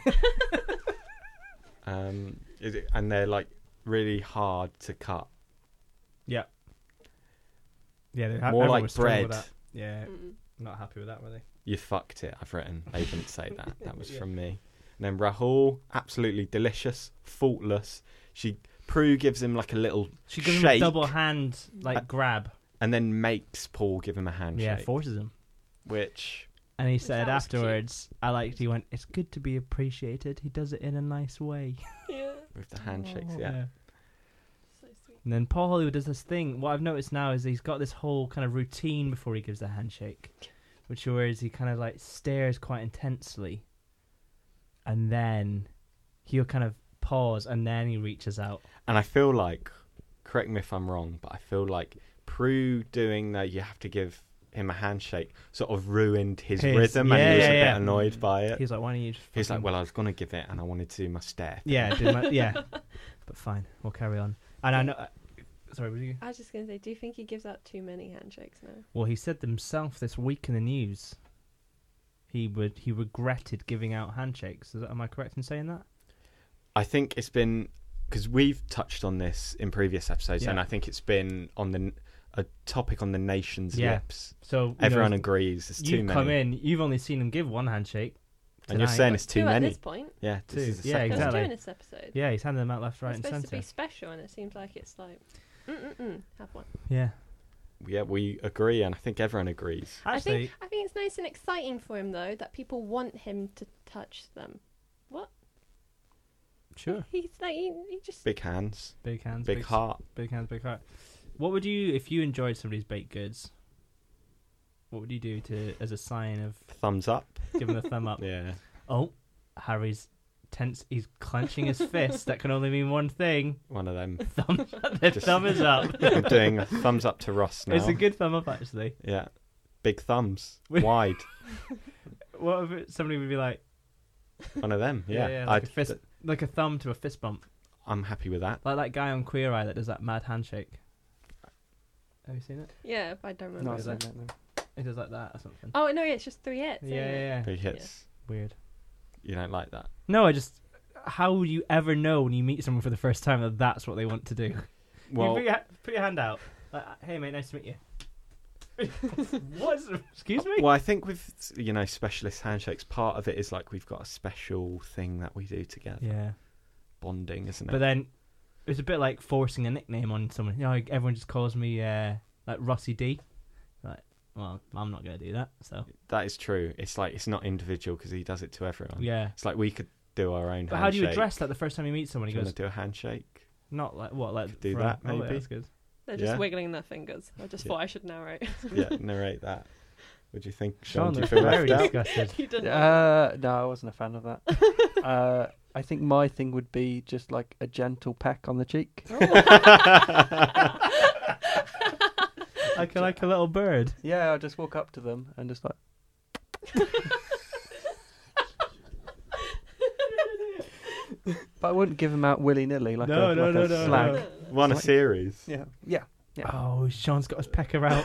um, is it- and they're like really hard to cut.
Yeah, they ha-
More
everyone
like
was struggling with
bread.
that. Yeah,
Mm.
not happy with that, were they?
You fucked it. I've written. They didn't say that. That was
Yeah.
from me. And then Rahul, absolutely delicious, faultless. She Prue gives him like a little,
She gives him a
Shake.
double hand like
Uh,
grab.
and then makes Paul give him a
Yeah,
handshake.
forces him.
Which
And he
That
said
was
afterwards, I liked. He went, "It's good to be appreciated." He does it in a nice way.
Yeah,
Oh.
with the handshakes, yeah.
yeah.
so sweet.
And then Paul Hollywood does this thing. What I've noticed now is he's got this whole kind of routine before he gives the handshake, which whereas he kind of like stares quite intensely, and then he'll kind of pause, and then he reaches out.
And I feel like, correct me if I'm wrong, but I feel like Prue doing that you have to give him a handshake sort of ruined his,
His-
rhythm and
yeah,
he was
yeah,
a bit
yeah.
annoyed by it.
He's like, "Why don't you?" Just
He's like,
fucking-
well, I was going to give it and I wanted to do my step.
yeah, did my, yeah." But fine, we'll carry on. And I know. uh, Sorry, was you?
I was just going to say, do you think he gives out too many handshakes now?
Well, he said himself this week in the news. He would. He regretted giving out handshakes. Is that, am I correct in saying that?
I think it's been because we've touched on this in previous episodes,
Yeah.
and I think it's been on the a topic on the nation's
Yeah.
lips.
So you know,
Everyone agrees it's too
You've
many,
come in. You've only seen him give one handshake.
and you're
tonight.
saying it's
Two
too
at
many.
this point.
Yeah,
Two.
this is the
Yeah,
second
Because
one.
exactly.
Doing this episode.
Yeah, he's handing them out left, right,
it's
and
supposed
centre.
to be special, and it seems like it's like, mm-mm-mm, have one.
Yeah,
Yeah, we agree, and I think everyone agrees.
I
actually,
think I think it's nice and exciting for him though that people want him to touch them.
sure.
He's like he, he just
Big hands,
Big hands,
big, heart.
big hands, big heart. What would you if you enjoyed somebody's baked goods? What would you do to as a sign of
Thumbs up.
giving the thumb up?
Yeah.
Oh, Harry's tense. He's clenching his fist. That can only mean one thing.
One of them.
Thumb. the
Just-
thumb is up.
I'm doing a thumbs up to Ross now.
It's a good thumb up, actually.
yeah. Big thumbs.
We-
Wide.
What if it, somebody would be like,
One of them. Yeah.
like, a
I'd-
fist, like a thumb to a fist bump.
I'm happy with that.
Like that guy on Queer Eye that does that mad handshake. Have you seen it?
yeah. I don't
No,
remember.
I
Is that-
don't know.
He does like that or something.
Oh no, it's just three hits.
yeah,
ain't it?
yeah, yeah.
Big hits.
Weird.
You don't like that.
No, I just. How would you ever know when you meet someone for the first time that that's what they want to do? you
Well,
put, your, ha- put your hand out. Like, hey, mate, nice to meet you. what? Excuse me?
well, I think with you know specialist handshakes, part of it is like we've got a special thing that we do together,
Yeah.
bonding, isn't it?
But then it's a bit like forcing a nickname on someone. You know, like, everyone just calls me uh, like Rossi D. Like, well, I'm not going to do that. So,
that is true. It's like it's not individual because he does it to everyone.
yeah.
It's like we could do our own.
But
handshake.
how do you address that the first time you meet someone?
Do
He
you
goes,
want to do a handshake?
Not like what, like
Could do
for-
that,
oh, yeah,
maybe.
that's good.
They're just
Yeah.
wiggling their fingers. I just
Yeah.
thought I should narrate.
yeah, narrate that. What do you think, Sean?
Sean
Do you
looks
feel
very
left out?
disgusted.
you didn't.
Uh, no, I wasn't a fan of that. uh, I think my thing would be just like a gentle peck on the cheek.
like a, like a little bird.
Yeah, I'll just walk up to them and just like, but I wouldn't give them out willy nilly like
No,
a,
no,
like
no,
a
no,
slag.
no.
Won a
Like-
series.
Yeah, yeah.
Oh, Sean's got his pecker out.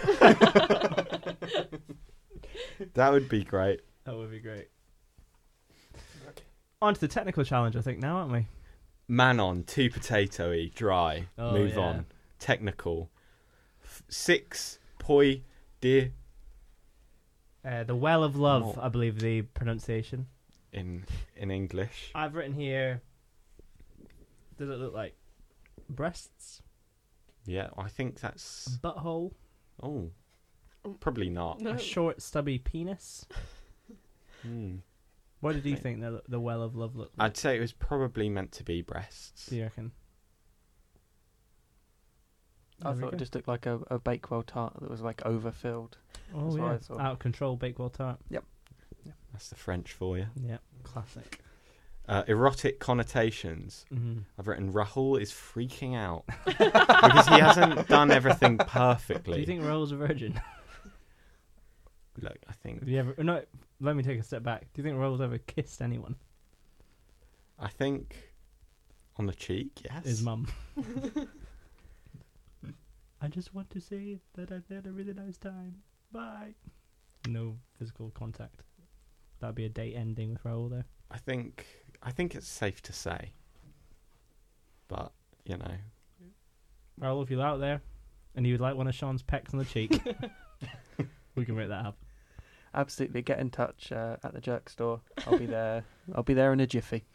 That would be great.
that would be great. On to the technical challenge, I think now, aren't we?
Man on, too potatoy, dry.
Oh,
move
yeah.
on. Technical. F- Six poi de
Uh, the Well of Love,
Oh.
I believe the pronunciation.
in in English.
I've written here. Does it look like breasts,
Yeah, I think
a
that's
butthole,
oh, probably not.
No.
a short stubby penis?
Hmm.
What did you think the the Well of Love looked like?
I'd say it was probably meant to be breasts.
Do you reckon?
I
There we
thought
go.
it just looked like a, a Bakewell tart that was like overfilled.
Oh
That's what I
yeah,
thought.
out of control bakewell tart.
That's the French for you.
Yeah, classic.
Uh, erotic connotations.
Mm.
I've written Rahul is freaking out because he hasn't done everything perfectly.
Do you think Rahul's a virgin?
Look, I think
Have you ever? No, let me take a step back. Do you think Rahul's ever kissed anyone?
I think on the cheek. Yes.
His mum. I just want to say that I've had a really nice time. Bye. No physical contact. That'd be a date ending with Rahul there.
I think I think it's safe to say, but you know,
Rahul, if you're out there, and you would like one of Sean's pecks on the cheek, we can make that happen.
Absolutely, get in touch uh, at the jerk store. I'll be there. I'll be there in a jiffy.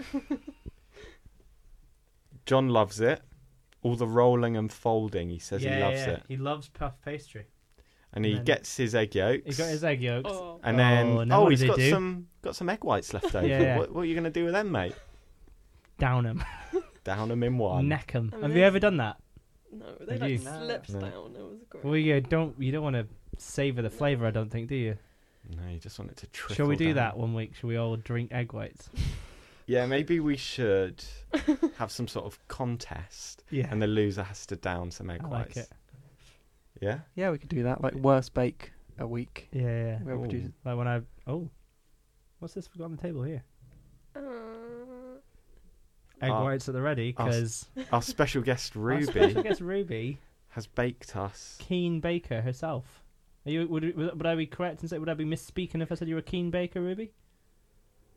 John loves it. All the rolling and folding. He says he loves it,
He loves puff pastry.
and he
And then-
gets his egg yolks.
He got his egg yolks.
Oh.
And then
Oh,
oh,
and then what
he's
do they
got
do?
some got some egg whites left over.
Yeah.
What, what are you gonna do with them, mate?
Down him.
Down them in one.
Neck him.
I mean,
Have you
that's-
ever done that?
No, they
Did
like
you?
slipped
No.
down. It was great.
Well, you don't you don't want to savor the flavor. I don't think, do you?
No, you just want it to trickle.
Shall we do
down.
that one week? Shall we all drink egg whites?
Yeah, maybe we should have some sort of contest,
Yeah,
and the loser has to down some egg
I like
whites.
it.
Yeah.
Yeah, we could do that. Like worst bake a week.
Yeah, yeah.
We'll
Ooh.
produce-
Like when I oh, what's this we got on the table here?
Uh,
Egg
Ah.
whites at the ready
Ah, s-
because
Our special guest
I
Ruby
guess Ruby
has baked us.
Keen Baker herself. Are you would would I be correct and say would I be misspeaking if I said you were a Keen Baker, Ruby?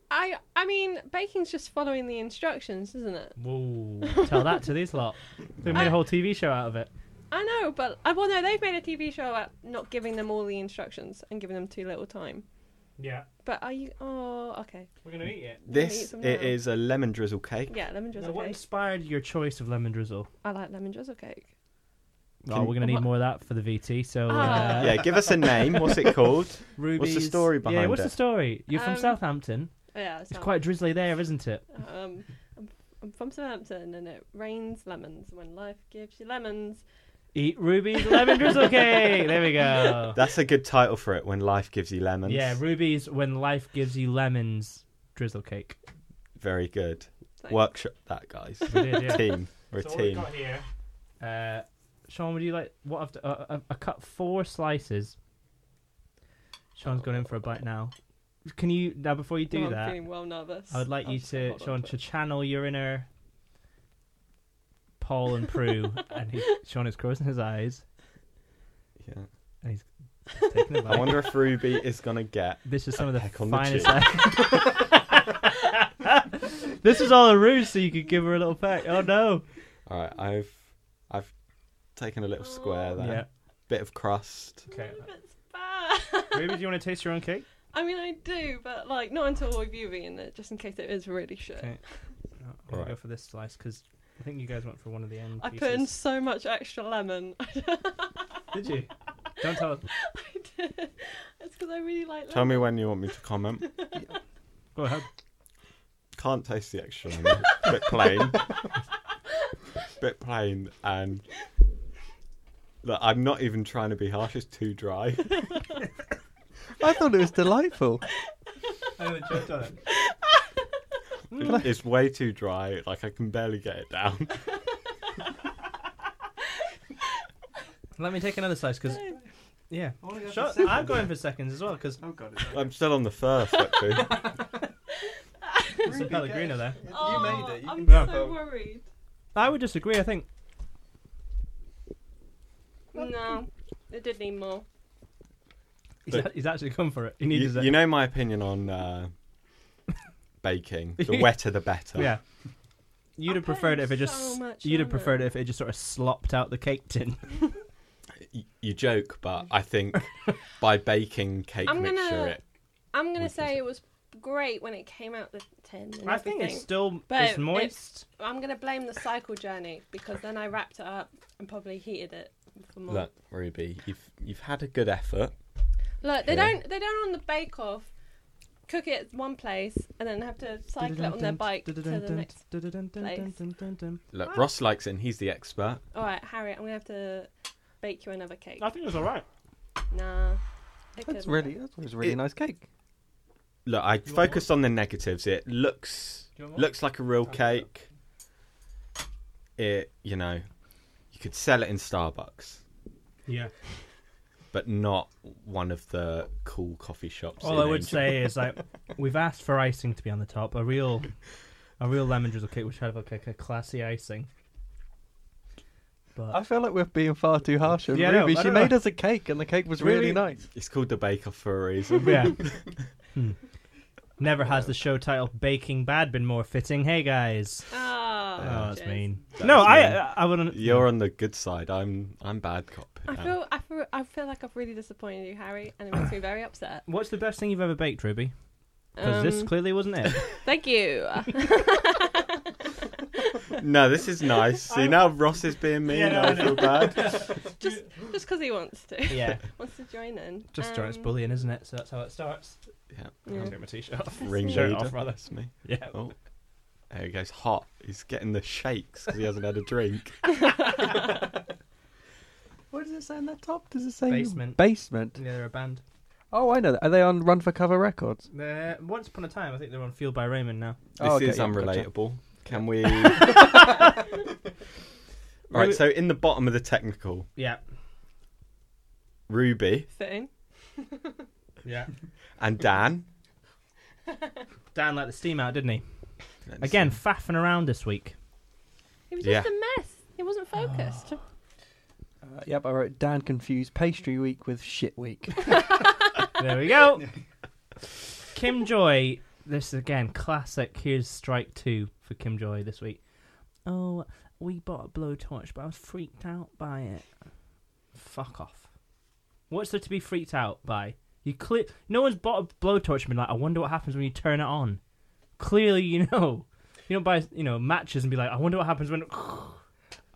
I I mean, baking's just following the instructions, isn't it?
Whoa! Tell that to these lot. They made a whole TV show out of it.
I know, but I well no, they've made a TV show about not giving them all the instructions and giving them too little time.
Yeah,
But are you? Oh, okay.
we're gonna eat it.
This
some
it
now.
is a lemon drizzle cake.
Yeah, lemon drizzle
what
cake.
inspired your choice of lemon drizzle?
I like lemon drizzle cake.
oh,
Can-
we're gonna need more of that for the VT. So,
Ah.
uh,
Yeah, give us a name. What's it called?
Ruby's...
story
Yeah,
behind
what's the
it?
story? You're from
Um,
Southampton.
Yeah,
It's
sounds-
quite drizzly there, isn't it?
Um, I'm, I'm from Southampton, and it rains lemons when life gives you lemons.
Eat Ruby's lemon drizzle cake. There we go.
That's a good title for it. When life gives you lemons.
Yeah, Ruby's when life gives you lemons drizzle cake.
Very good.
Thanks.
Workshop that, guys.
We did, yeah.
team. We're a
So what we've
team.
got here, uh, Sean, would you like what I've d- uh, uh, I cut four slices. Sean's going in for a bite now. Can you now before you do
Oh, I'm
that?
feeling well nervous.
I would like
I'll
you
just
to
hold on
Sean
it.
to channel your inner Paul and Prue, and he, Sean is closing his eyes.
Yeah.
Taking a bite.
I wonder if Ruby is gonna get.
This is some of the
peck on the
finest.
cheek.
this is all a ruse, so you could give her a little peck. Oh no!
All right, I've I've taken a little square there.
Yeah.
Bit of crust.
Okay.
Mm, it's bad.
Ruby, do you want to taste your own cake?
I mean, I do, but like not until we've you in it, just in case it is really shit.
Okay. No, I'm gonna
Alright.
go for this slice because I think you guys went for one of the end
I put in
pieces.
so much extra lemon.
Did you? Don't tell.
it's because I really like
Tell
lemon.
me when you want me to comment.
Go ahead.
Can't taste the extra lemon. Bit plain. Bit plain, and look, I'm not even trying to be harsh. It's too dry.
I thought it was delightful.
I choked on it.
it's way too dry. Like I can barely get it down.
Let me take another slice because yeah,
go
Sure,
for seconds.
I'm going for seconds as well because
Oh god,
I'm still on the first. Actually.
it's a Pellegrino there.
Oh, I'm
can have
so
that.
worried.
I would disagree. I think
No, it did need more.
he's,
But-
a- he's actually come for it. He
You,
needs it.
you know my opinion on uh, baking. The wetter, the better.
yeah. You'd
I
have
put
preferred
in
it if it just
so much
you'd have
lemon.
preferred it if it just sort of slopped out the cake tin.
Y- You joke, but I think by baking cake
Mm. I'm gonna-
mixture, it
I'm gonna
Which is
say
it?
it was great when it came out the tin. And
I think it's
everything.
still
But
it's
it-
moist.
I'm gonna blame the cycle journey because then I wrapped it up and probably heated it for more.
Look, Ruby, you've you've had a good effort.
Look, they
Yeah.
don't they don't on the bake off cook it at one place and then have to cycle it on their bike to the next.
Look, Ross likes it, and he's the expert.
All right, Harriet, I'm gonna have to bake you another cake.
I think it's all right.
Nah,
that's
it couldn't.
really that was a really
It-
nice cake.
Look, I
want
focused on the negatives. It looks
Do you want more?
looks like a real
I'll do that.
cake. It, you know, you could sell it in Starbucks,
Yeah.
but not one of the cool coffee shops.
All
in
I would
Angel.
say is like we've asked for icing to be on the top, a real, a real lemon drizzle cake, which had like a, a classy icing. But
I feel like we're being far too harsh on
Yeah, I know,
Ruby.
I
she
don't
made
know.
us a cake, and the cake was really,
Really-
nice.
it's called the Bake Off for a reason.
yeah, Hmm. never has the show title "Baking Bad" been more fitting. Hey guys,
Ah,
oh, that's
jeez.
mean.
That
no,
is
I, uh,
mean.
I, I wouldn't.
You're on the good side. I'm I'm bad cop. Um, now.
I feel, I feel, I feel like I've really disappointed you, Harry, and it makes me very upset.
What's the best thing you've ever baked, Ruby? Because this
Um,
clearly wasn't it.
Thank you.
No, this is nice. See now Ross is being mean.
Yeah, no,
I
I know.
feel bad.
just, just because he wants to,
yeah,
wants to join in.
just starts
Um,
bullying, isn't it? So that's how it starts.
Yeah.
I'll
yeah.
take my t-shirt off.
Ring
Shirt
leader.
off, rather.
That's me.
Yeah.
Oh. There he goes, hot. He's getting the shakes because he hasn't had a drink.
What does it say on that top? Does it say
Basement.
Basement.
Yeah, they're a band.
Oh, I know that. Are they on Run for Cover Records?
They're, once upon a time, I think they're on Fueled by Raymond now.
This
Oh, okay,
is
yeah, gotcha.
unrelatable. Can we? All right. So in the bottom of the technical,
Yeah,
Ruby
Fitting.
yeah.
and Dan.
Dan let the steam out, didn't he? Again, faffing around this week.
It was
Yeah.
just a mess. It wasn't focused.
Uh, yep, I wrote Dan confused pastry week with shit week.
There we go. Kim Joy. This is again classic. Here's strike two for Kim Joy this week. Oh, we bought a blowtorch, but I was freaked out by it. Fuck off. What's there to be freaked out by? You clear. No one's bought a blowtorch and been like, I wonder what happens when you turn it on. Clearly, you know. You don't buy, you know, matches and be like, I wonder what happens when.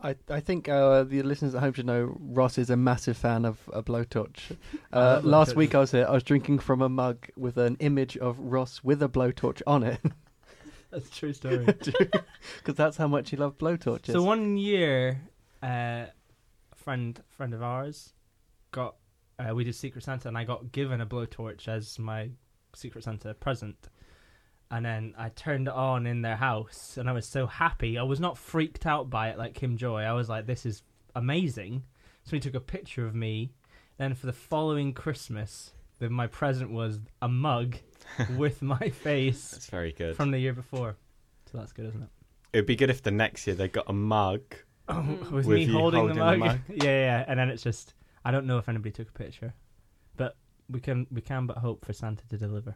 I, I think uh, the listeners at home should know Ross is a massive fan of a blowtorch. Uh,
love
last
blowtorches.
week I was here, I was drinking from a mug with an image of Ross with a blowtorch on it
That's a true story.
because that's how much he loved blowtorches.
So one year, uh, a friend friend of ours got uh, we did Secret Santa, and I got given a blowtorch as my Secret Santa present. And then I turned it on in their house, and I was so happy. I was not freaked out by it like Kim Joy. I was like, "This is amazing." So he took a picture of me. Then for the following Christmas, the, my present was a mug with my face
That's very good.
from the year before. So that's good, isn't it?
It would be good if the next year they got a mug.
Oh,
Mm.
with,
With
me
you
holding,
holding
the
the
mug. yeah, yeah, yeah. and then it's just I don't know if anybody took a picture, but we can we can but hope for Santa to deliver.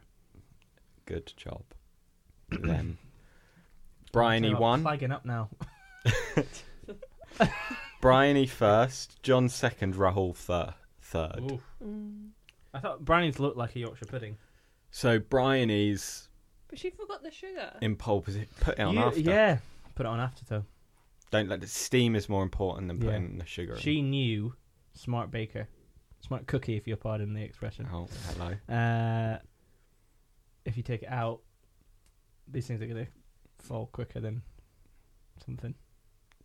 Good job. Then Bryony
Sorry, I'm
one,
flagging up now.
Bryony first, John second, Rahul thir- third.
Mm.
I thought brownies looked like a Yorkshire pudding.
So Bryony's
But she forgot the sugar.
in pole position. Put it on
You-
after.
Yeah, put it on after though.
Don't let the steam is more important than
Yeah.
putting the sugar. in.
She knew smart baker, smart cookie, if you pardon the expression.
Oh, hello.
Uh, if you take it out, these things are gonna fall quicker than something.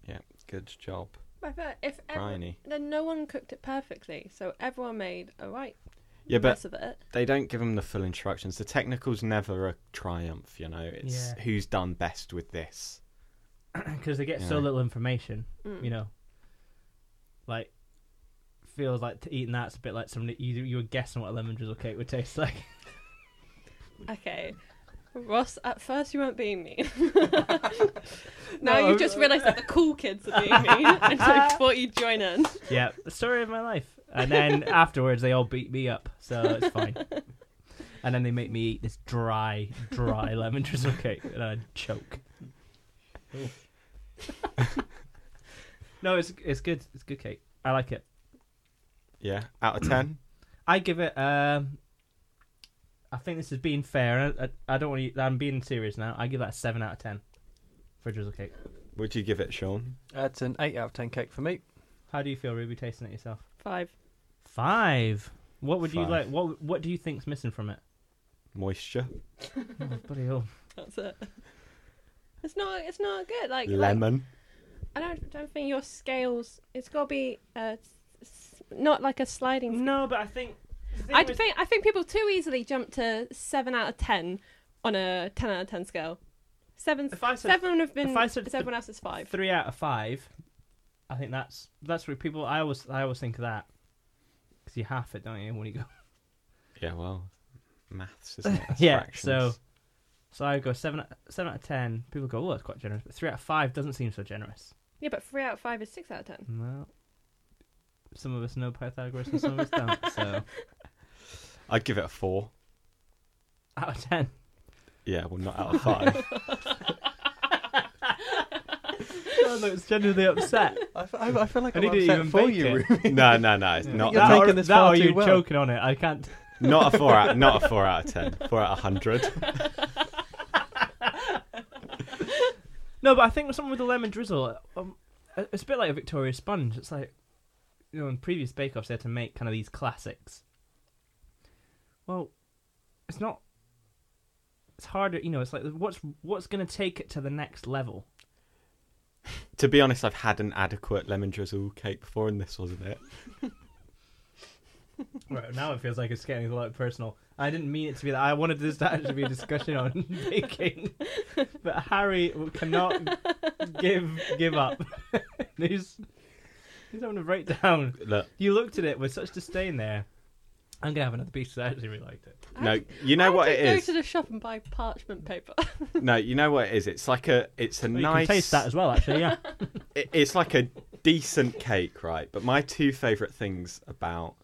Good job,
I bet if ever,
Bryony.
then no one cooked it perfectly, so everyone made a right
Yeah, but
mess of it.
they don't give them the full instructions. The technical's never a triumph, you know. It's
Yeah.
who's done best with this.
because they get so
Yeah.
little information.
Mm.
you know like feels like to eating that's a bit like something you you were guessing what a lemon drizzle cake would taste like
Okay. Ross, at first you weren't being mean.
No,
now
I'm-
you've just realised that the cool kids are being mean, and so you thought you'd join in.
yeah the story of my life and then afterwards they all beat me up so it's fine and then they make me eat this dry dry lemon drizzle cake and i choke no it's it's good it's good cake i like it
Yeah. Out of ten.
I give it. Um, I think this is being fair. I, I, I don't want to. I'm being serious now. I give that a seven out of ten for a drizzle cake.
Would you give it, Sean?
That's an 8 out of 10 cake for me.
How do you feel, Ruby? Tasting it yourself.
Five.
Five. What would you
Five.
like? What What do you think's missing from it?
Moisture,
Oh, bloody hell.
That's it. It's not. It's not good. Like like,
lemon.
I don't. Don't think your scales. It's got to be uh, s- s- not like a sliding. scale.
No, but I think. the thing
I
with-
think. I think people too easily jump to seven out of ten on a ten out of ten scale. Seven.
if I said
Seven would have been.
if I said th-
Everyone else is five.
three out of five, I think that's that's where people. I always I always think of that because you half it, don't you, when you go.
Yeah. Well, maths isn't it? It's
Yeah,
fractions.
so- So I go seven seven out of ten. People go, oh, that's quite generous. But three out of five doesn't seem so generous.
Yeah, but three out of five is six out of ten.
No. Some of us know Pythagoras and some of us don't. So
I'd give it a four.
out of ten.
Yeah. Well, not out of five.
John looks genuinely upset.
I, f- I- I feel like
I
I'm
need to
upset
even
for
bake
you,
it.
Ruby.
no, no, no. It's
Yeah.
not
You're
that.
that or,
taking this
that
far
or
too
you're
well.
choking on it. I can't.
Not a four out. Not a four out of ten. Four out of hundred.
No, but I think something with the lemon drizzle. Um, it's a bit like a Victoria sponge. It's like, you know, in previous Bake Offs they had to make kind of these classics. Well, it's not. it's harder. You know, it's like what's what's going to take it to the next level.
To be honest, I've had an adequate lemon drizzle cake before, and this wasn't it.
Right now, it feels like it's getting a lot personal. I didn't mean it to be that. I wanted this to actually be a discussion on baking, but Harry cannot give give up. he's he's having a breakdown.
Look,
You looked at it with such disdain. There, I'm gonna have another piece. 'cause I actually really liked it.
no, you know
I
what
did
it is.
Go to the shop and buy parchment paper.
No, you know what it is. It's like a, it's a
But
nice.
You can taste that as well, actually. Yeah.
it, it's like a decent cake, right? But my two favourite things about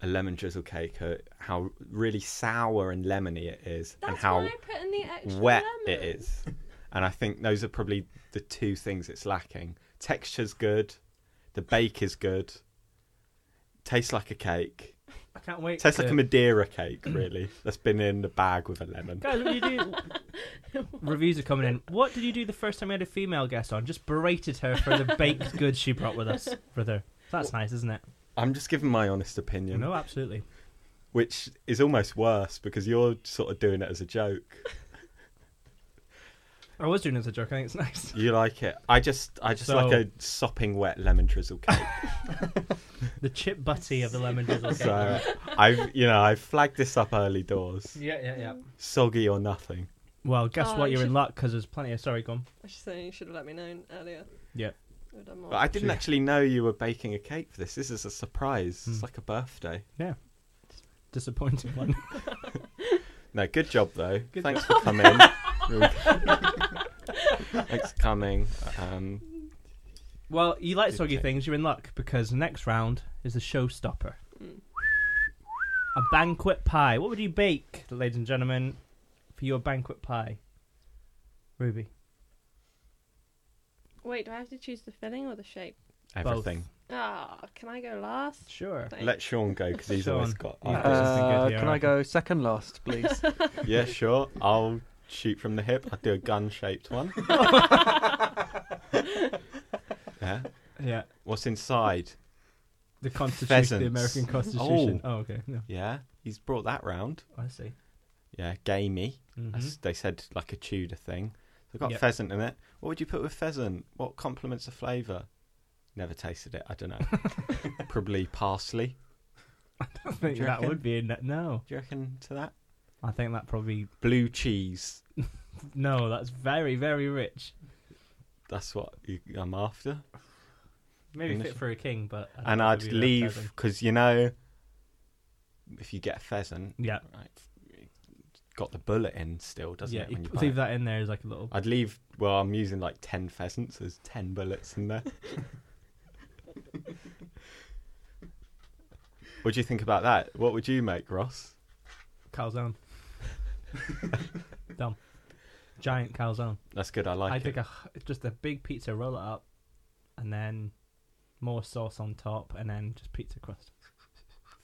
a lemon drizzle cake are how really sour and lemony it is,
That's
and how
why I put in the extra
wet
lemon.
it is. And I think those are probably the two things it's lacking. Texture's good, the bake is good, tastes like a cake.
I can't wait.
Tastes like
to-
a Madeira cake, really. That's been in the bag with a lemon.
Guys, what did you do? Reviews are coming in. What did you do the first time we had a female guest on? Just berated her for the baked goods she brought with us, brother. That's nice, isn't it?
I'm just giving my honest opinion,
No, absolutely.
which is almost worse because you're sort of doing it as a joke.
I was doing it as a joke. I think it's nice.
You like it? I just, I just
So-
like a sopping wet lemon drizzle cake.
The chip butty of the lemon drizzle cake.
so I've, you know, I flagged this up early doors.
Yeah, yeah, yeah.
Soggy or nothing.
Well, guess
Oh,
what?
you
You're in
should-
luck because there's plenty of. Sorry, gone.
I should say you should have let me know earlier.
Yeah.
I would've done more.
But I didn't
Sure.
actually know you were baking a cake for this. This is a surprise.
Hmm.
It's like a birthday.
Disappointing one.
No, good job though.
Good
Thanks for coming. Thanks for coming. Um,
well, you like
Good
soggy
cake.
things. You're in luck because next round is the showstopper.
Mm.
A banquet pie. What would you bake, ladies and gentlemen, for your banquet pie? Ruby.
Wait, do I have to choose the filling or the shape?
everything.
Ah, can I go last?
Sure.
Thanks.
Let Sean go because he's always
Sean,
got.
you
ideas.
This is good,
Uh,
yeah,
can
I
I go second last, please?
yeah, sure. I'll shoot from the hip. I'll do a gun-shaped one. yeah.
Yeah.
What's inside?
The Constitution,
Pheasants.
the American Constitution. Oh, okay. Yeah,
Yeah, he's brought that round.
I see.
Yeah, gamey. That's,
Mhm.
they said like a Tudor thing. They've got
Yep.
pheasant in it. What would you put with pheasant? What complements the flavour? Never tasted it. I don't know. Probably parsley.
I think
Do you
that
reckon?
would be in No,
Do you reckon to that?
I think that probably
Blue cheese.
no. That's very very rich.
That's what you, I'm after.
Maybe
English.
fit for a king, but I don't
and
know
I'd
if it'd be that
leave
pheasant.
because you know, if you get pheasant,
Yeah,
right, it's got the bullet in still, doesn't
yeah.
it?
You
when you
p-
buy
leave
it?
that in there as like a little.
I'd leave. Well, I'm using like ten pheasants. There's ten bullets in there. what do you think about that? What would you make, Ross?
calzone. Dumb. Giant calzone.
That's good. I like
I
it.
think a, h- just a big pizza, roll it up, and then more sauce on top, and then just pizza crust.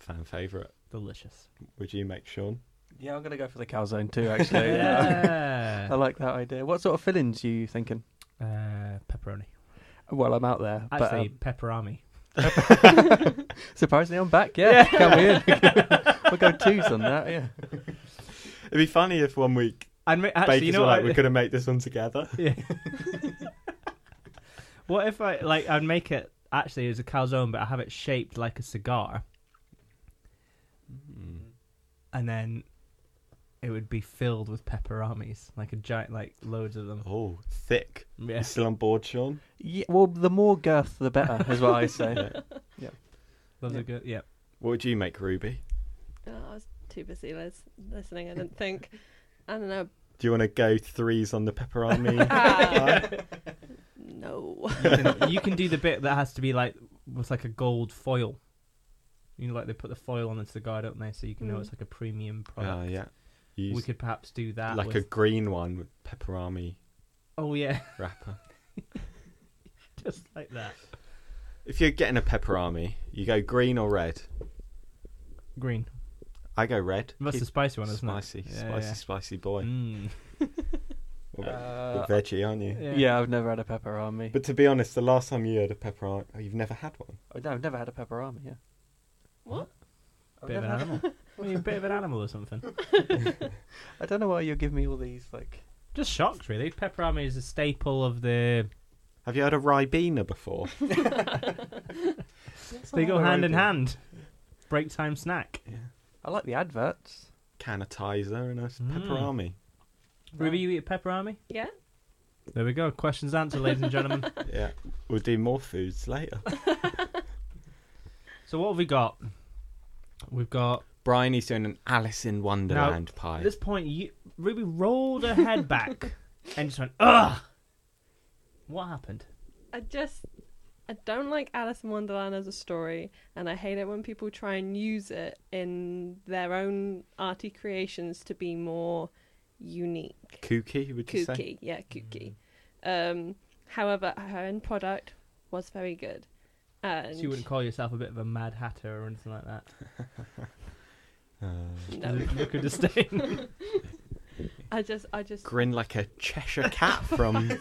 Fan favorite.
Delicious.
Would you make, Sean?
yeah, I'm gonna go for the calzone too. Actually, Uh,
Yeah.
I like that idea. What sort of fillings are you thinking?
Uh, pepperoni.
Well, I'm out there, but
Actually,
um,
pepperami.
surprisingly, I'm back. Yeah, come in. we'll go twos on that. Yeah.
It'd be funny if one week
And ma- actually,
bakers
you know
were
what?
like, "We're gonna make this one together."
Yeah. what if I like I'd make it actually as a calzone, but I have it shaped like a cigar, Hmm.
Mm.
and then it would be filled with pepperamis, like a giant, like loads of them.
Oh, thick.
Yeah.
You still on board, Sean?
yeah. Well, the more girth, the better, is what I say.
Yeah.
Those
Yeah.
are good. Yeah.
What would you make, Ruby?
Oh, I was too busy lis- listening. I didn't think. I don't know.
Do you want to go threes on the pepperoni?
Ah, no.
You can, you can do the bit that has to be like with like a gold foil. You know, like they put the foil on the cigar, don't they? So you can know
Mm.
it's like a premium
Oh,
product.
yeah.
Uh, We
Use
could perhaps do that.
like a
with-
green one with pepperami
oh yeah,
wrapper.
just like that.
If you're getting a pepperami, you go green or red.
Green.
I go red.
That's the
Keep-
spicy one, isn't
spicy,
it?
spicy, spicy boy.
Mm.
What about-
Uh,
You're veggie, aren't you?
Yeah.
yeah, I've never had a pepperami.
But to be honest, the last time you had a pepperami, oh, you've never had one.
Oh, no, I've never had a pepperami. Yeah.
What?
I've
Bit of
never
an
had-
animal. Were you a bit of an animal or something?
I don't know why you give me all these like.
Just shocked, really. Pepperami is a staple of the.
Have you heard of Ribena before?
They go hand in hand. Break time snack.
I like the adverts.
Canitizer and a s-
Mm.
pepperami.
Ruby, you eat a pepperami?
yeah.
There we go. Questions answered, ladies and gentlemen.
Yeah. We'll do more foods later.
So what have we got? We've got
Brian is doing an Alice in Wonderland pie.
At this point, you, Ruby rolled her head back and just went, ugh! What happened?
I just I don't like Alice in Wonderland as a story, and I hate it when people try and use it in their own arty creations to be more unique.
Kooky, would you say?
Kooky, yeah, kooky. Um, however, her end product was very good, and
So you wouldn't call yourself a bit of a mad hatter or anything like that.
Uh,
no,
Look of disdain.
I just, I just
grin like a Cheshire cat from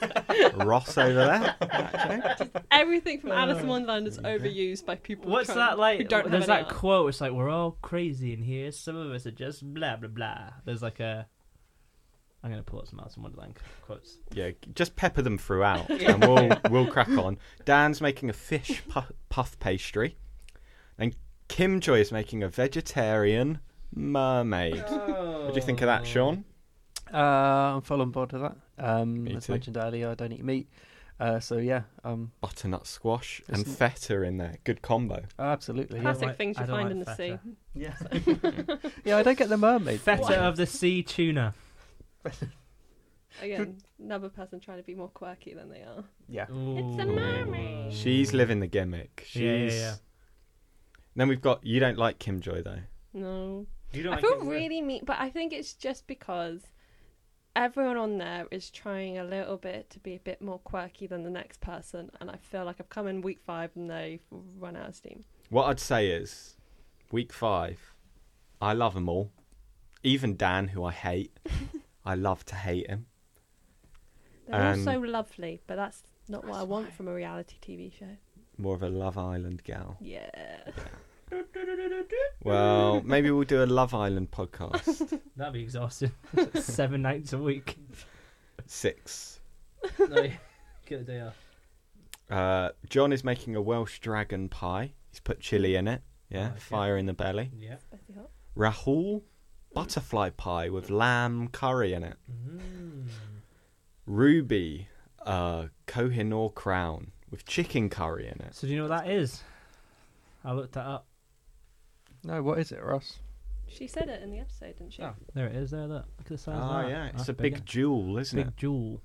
Ross over there.
everything from Alice in Wonderland is overused by people.
Oh. What's
trying-
that
Who
like?
don't
There's
have
that
that.
quote. It's like we're all crazy in here. Some of us are just blah blah blah. There's like a. I'm gonna pull up some Alice in Wonderland quotes.
Yeah, just pepper them throughout, and we'll we'll crack on. Dan's making a fish pu- puff pastry, and Kim Joy is making a vegetarian mermaid. What do you think of that, Sean?
Uh, I'm full on board with that. Um,
Me
as
too.
mentioned earlier, I don't eat meat. Uh, so yeah, um,
Butternut squash and
Isn't-
feta in there. Good combo.
absolutely. Yeah,
Class-
Classic
like-
things
I
you
don't
find
like
in the
feta.
sea.
yeah. yeah, I don't get the mermaid.
Feta
thing.
of the sea tuna.
Again, another person trying to be more quirky than they are.
Yeah.
It's a
Ooh.
mermaid.
She's living the gimmick. She's...
Yeah, yeah, yeah.
Then we've got you don't like Kim Joy though.
No,
You don't
I feel really mean, but I think it's just because everyone on there is trying a little bit to be a bit more quirky than the next person, and I feel like I've come in week five and they've run out of steam.
What I'd say is, week five, I love them all. Even Dan, who I hate, I love to hate him.
They're
Um,
all so lovely, but that's not what I want from a reality TV show.
More of a Love Island gal.
Yeah,
Well, maybe we'll do a Love Island podcast.
That'd be exhausting. Seven nights a week.
Six.
no, get a day off.
Uh, John is making a Welsh dragon pie. He's put chili in it. Yeah,
Like it.
fire in the belly.
Yeah.
spicy hot.
Rahul, butterfly pie with lamb curry in it.
Mm.
Ruby, uh, Kohinoor crown with chicken curry in it.
So do you know what that is? I looked that up.
No, what is it, Ross?
She said it in the episode, didn't she?
Oh, there it is. There, look. Look at the size.
Oh
of that.
yeah, it's
That's
a big
isn't
jewel, isn't
big
it?
jewel.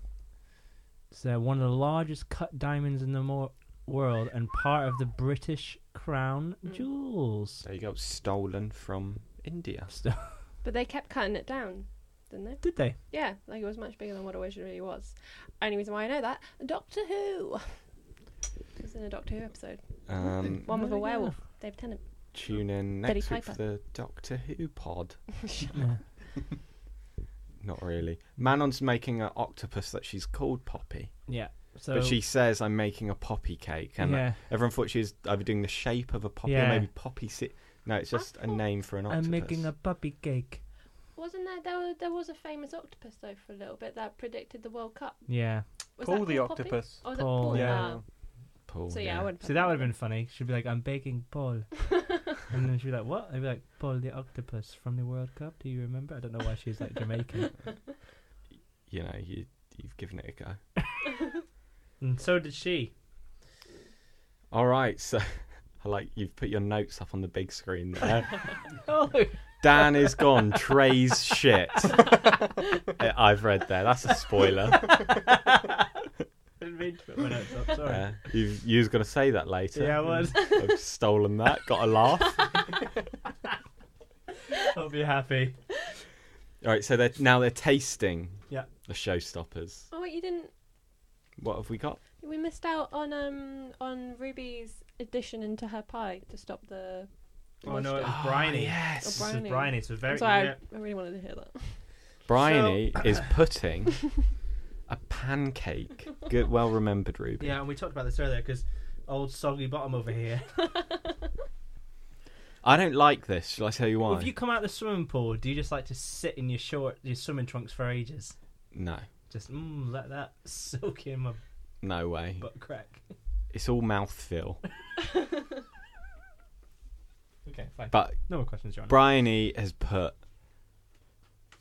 It's uh, one of the largest cut diamonds in the mo- world and part of the British Crown
Mm.
jewels.
There you go, stolen from India.
So,
But they kept cutting it down, didn't they?
did they?
Yeah, like it was much bigger than what it originally was. Only reason why I know that Doctor Who. It was in a Doctor Who episode.
Um,
One with
Oh,
a
yeah.
werewolf, Dave Tennant.
tune in
Betty
next week for
Piper.
the Doctor Who pod.
Yeah.
Not really. Manon's making an octopus that she's called Poppy,
yeah. So
but she says I'm making a poppy cake, and uh,
yeah,
everyone thought she was either doing the shape of a poppy or
Yeah.
maybe poppy. Si- no, it's just a
thought-
name for an octopus.
I'm making a puppy cake.
Wasn't there, there? wa- There was a famous octopus though for a little bit that predicted the World Cup.
Yeah.
Was
Paul
that
the
called Poppy?
octopus.
Oh, was
Paul,
it Paul?
yeah.
Ah.
Paul,
so yeah, I wouldn't.
See, that would have been funny. She'd be like, I'm baking Paul. and then she'd be like, what? I'd be like, Paul the octopus from the World Cup. Do you remember? I don't know why she's like Jamaican.
You know, you you've given it a go.
and so did she.
All right, so I like you've put your notes up on the big screen there.
Oh,
Dan is gone. Trey's shit. I- I've read there. That's a spoiler.
didn't mean to put my notes up, Sorry.
Yeah. You, you was going to say that later.
yeah, I was.
I've stolen that. Got a laugh.
I'll be happy.
All right, so they're now they're tasting.
Yeah.
The showstoppers.
Oh wait, you didn't.
What have we got?
We missed out on um on Ruby's addition into her pie to stop the.
Oh no, it was
moisture.
briny.
Ah, yes.
Oh,
This
briny.
is briny. So very.
I'm sorry,
yeah.
I, I really wanted to hear that.
Bryony is putting a pancake. Good, well remembered, Ruby.
Yeah, and we talked about this earlier because old soggy bottom over here.
I don't like this. Shall I tell you why?
If you come out the swimming pool, do you just like to sit in your short, your swimming trunks for ages?
No,
Just mm, let that soak in my
no way.
butt crack.
It's all mouthfeel.
Okay, fine.
But
no more questions, John.
Bryony E has put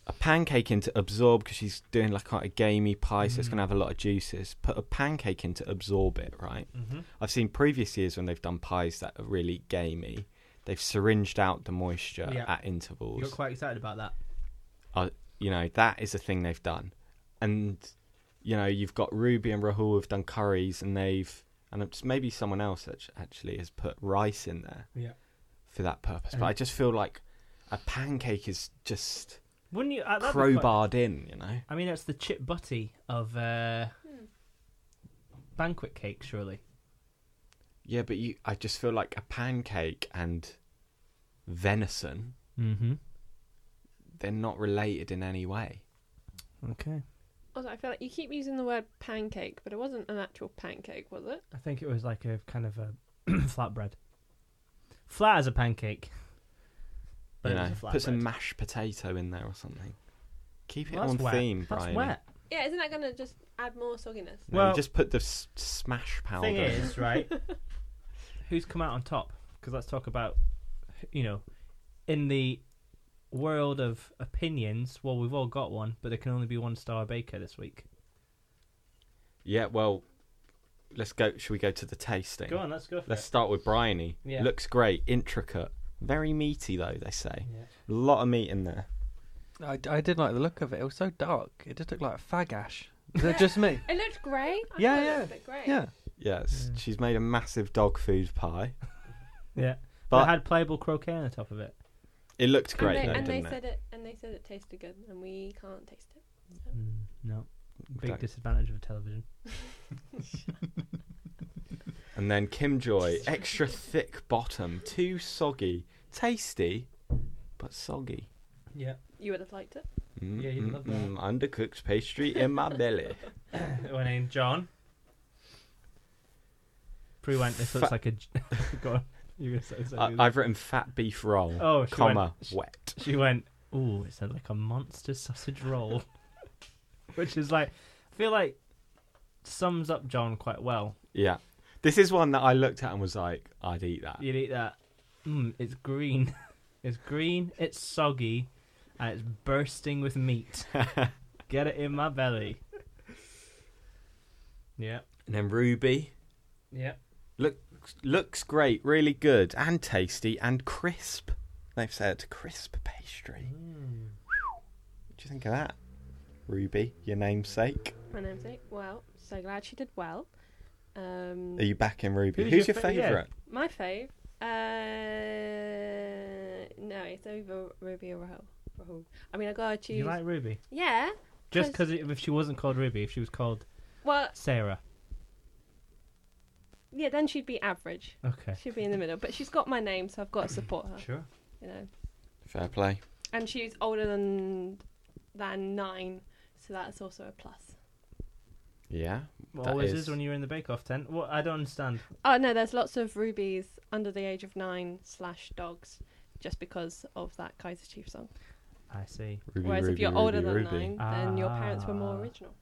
a pancake in to absorb because she's doing like quite a gamey pie, so it's
Mm.
going to have a lot of juices. Put a pancake in to absorb it, right?
mm-hmm.
I've seen previous years when they've done pies that are really gamey, they've syringed out the moisture
Yeah.
at
You
intervals.
got quite excited about that.
you know, that is a thing they've done. And, you know, you've got Ruby and Rahul have done curries and they've, and it's maybe someone else act- actually has put rice in there
Yeah.
for that purpose. But
And-
I just feel like a pancake is just
Wouldn't you? At that
crowbarred in, you know?
I mean, that's the chip butty of uh,
Hmm.
banquet cake, surely.
Yeah, but you, I just feel like a pancake and venison,
Mm-hmm.
they're not related in any way.
Oh.
Okay.
Also, I feel like you keep using the word pancake, but it wasn't an actual pancake, was it?
I think it was like a kind of a flatbread. Flat as a pancake. But
you
it
know,
was a flatbread.
put some mashed potato in there or something. Keep it
Well, that's
on
wet.
theme,
That's
Brian.
wet.
Yeah, isn't that going to just add more sogginess?
No, you
Well-
just put the s- smash powder.
Thing
in.
is, right? who's come out on top? Because let's talk about, you know, in the world of opinions. Well, we've all got one, but there can only be one star baker this week.
Yeah, well, let's go. Should we go to the tasting?
Go on, let's go for
Let's start with Bryony.
Yeah.
Looks great, intricate, very meaty though. They say
it.
a
Yeah.
lot of meat in there.
I, I did like the look of it. It was so dark. It just looked like a fag ash. Is it just me?
It looked grey. I
Yeah, yeah.
thought It looked a bit grey.
Yeah.
Yes,
Yeah.
she's made a massive dog food pie.
Yeah. But
But-
it had playable croquet on the top of it.
It looked great
And they,
though,
and they
didn't it?
said it, and they said it tasted good, and we can't taste it.
Mm, no. Big
Don't-
disadvantage of television.
And then Kim Joy, extra thick bottom, too soggy, tasty, but soggy.
Yeah.
You would have liked it.
Mm,
Yeah, you'd
mm,
love that.
mm, undercooked pastry in my belly.
My name John. Pre went. This looks
Fa-
like a. j- Go on. You're gonna say
I,
something.
I've written fat beef roll,
Oh, she
comma
went-
wet.
She went. Ooh, it sounds like a monster sausage roll, which is like, I feel like sums up John quite well.
Yeah, this is one that I looked at and was like, I'd eat that.
You'd eat that. Mm, it's green. It's green. It's soggy, and it's bursting with meat. Get it in my belly. Yeah.
And then Ruby
Yeah.
looks great, really good, and tasty and crisp. They've said crisp pastry.
Mm.
What do you think of that, Ruby? Your namesake.
My name's Nick. Well, so glad she did well. Um,
Are you back in Ruby?
Who's
Who's,
your
your,
fa- yeah.
favourite?
my fave. Uh, no, it's over Ruby or Rahul. Rahul. I mean, I gotta choose.
You like Ruby?
Yeah.
Just because if she wasn't called Ruby, if she was called
Well,
Sarah.
yeah, then she'd be average.
Okay.
She'd be in the middle, but she's got my name, so I've got to support her.
Sure.
You know,
Fair play.
and she's older than than nine, so that's also a plus.
Yeah. That
Always is.
is-
when you're in the Bake Off tent. What I don't understand.
Oh no, there's lots of rubies under the age of nine slash dogs, just because of that Kaiser Chief song.
I see.
Ruby,
Whereas if
Ruby,
you're
Ruby,
older than
Ruby.
nine, then your parents were more
Ah.
original.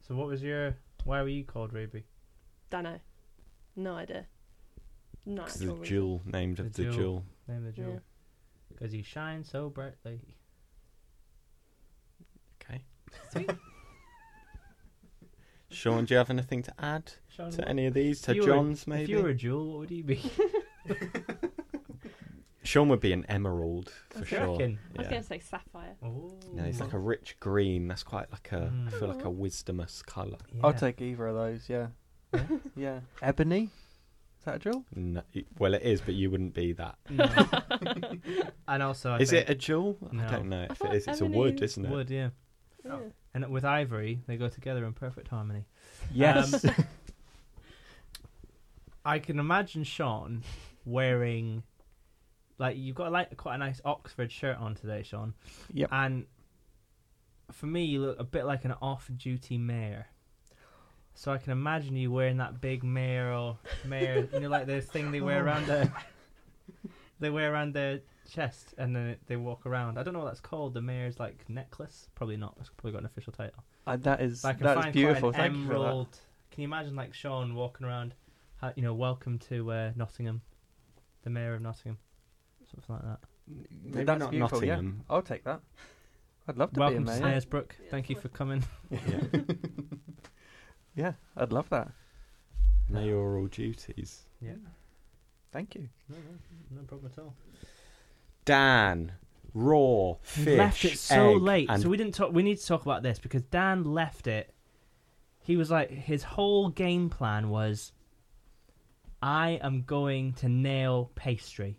So what was your? Why were you called Ruby?
Dunno, no idea. No
It's
actual
the
reason.
jewel named
The
after the
jewel.
jewel.
Name of the
Yeah.
jewel. Because you shine so brightly.
Okay. Sean, do you have anything to add
Sean,
to
what-
any of these? To
if you were-
John's,
If
maybe?
you were a jewel, what would you be?
Sean would be an emerald for
Do you
sure.
reckon?
I was
Yeah.
gonna say sapphire.
Oh.
No, it's like a rich green. That's quite like a. I feel like a
Mm.
wisdomous colour.
I'll
Yeah.
take either of those, yeah.
Yeah?
yeah. Ebony? Is that a drill?
No, well, it is, but you wouldn't be that.
No. and also, I
Is
think
it a jewel?
No.
I don't know.
I
If it
thought
is, it's a wood,
ebony
isn't it?
wood? Yeah.
Yeah.
Oh. And with ivory, they go together in perfect harmony.
Yes.
I can imagine Sean wearing, like, you've got like quite a nice Oxford shirt on today, Sean.
Yep.
And for me, you look a bit like an off-duty mayor. So I can imagine you wearing that big mayoral mayor, you know, like the thing they wear around the they wear around their chest and then it- they walk around. I don't know what that's called. The mayor's like necklace. Probably not. It's probably got an official title.
Uh, that is
But I can
that
find
is beautiful.
quite an
Thank you
emerald. Can you imagine like Sean walking around? ha- You know, welcome to uh, Nottingham, the mayor of Nottingham, something like that.
Maybe
That's
not
beautiful, yeah.
Nottingham.
for that. I'll take that. I'd love to
Welcome
be
to
a mayor.
Snaresbrook.
Yeah,
Thank you
it's
for coming.
Yeah.
Yeah, I'd love that.
Mayoral duties.
yeah,
Thank you.
no, no, no problem at all.
Dan, raw fish,
left it so
egg,
late.
and
So we didn't talk. We need to talk about this because Dan left it. He was like, his whole game plan was, I am going to nail pastry.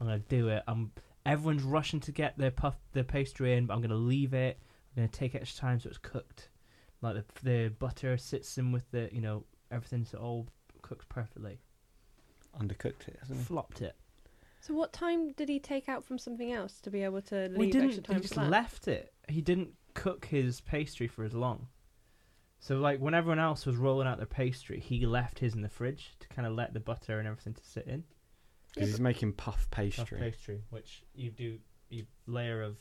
I'm gonna do it. I'm. Everyone's rushing to get their puff, their pastry in, but I'm gonna leave it. I'm gonna take extra time so it's cooked. Like the the butter sits in with the you know everything's all cooked perfectly.
undercooked it. hasn't he?
Flopped it.
So what time did he take out from something else to be able to leave
we didn't.
extra time
he
for
just
that?
left it. He didn't cook his pastry for as long. So like when everyone else was rolling out their pastry, he left his in the fridge to kind of let the butter and everything to sit in.
Yeah,
Because he's making puff
Puff
pastry.
pastry, which you do, you layer of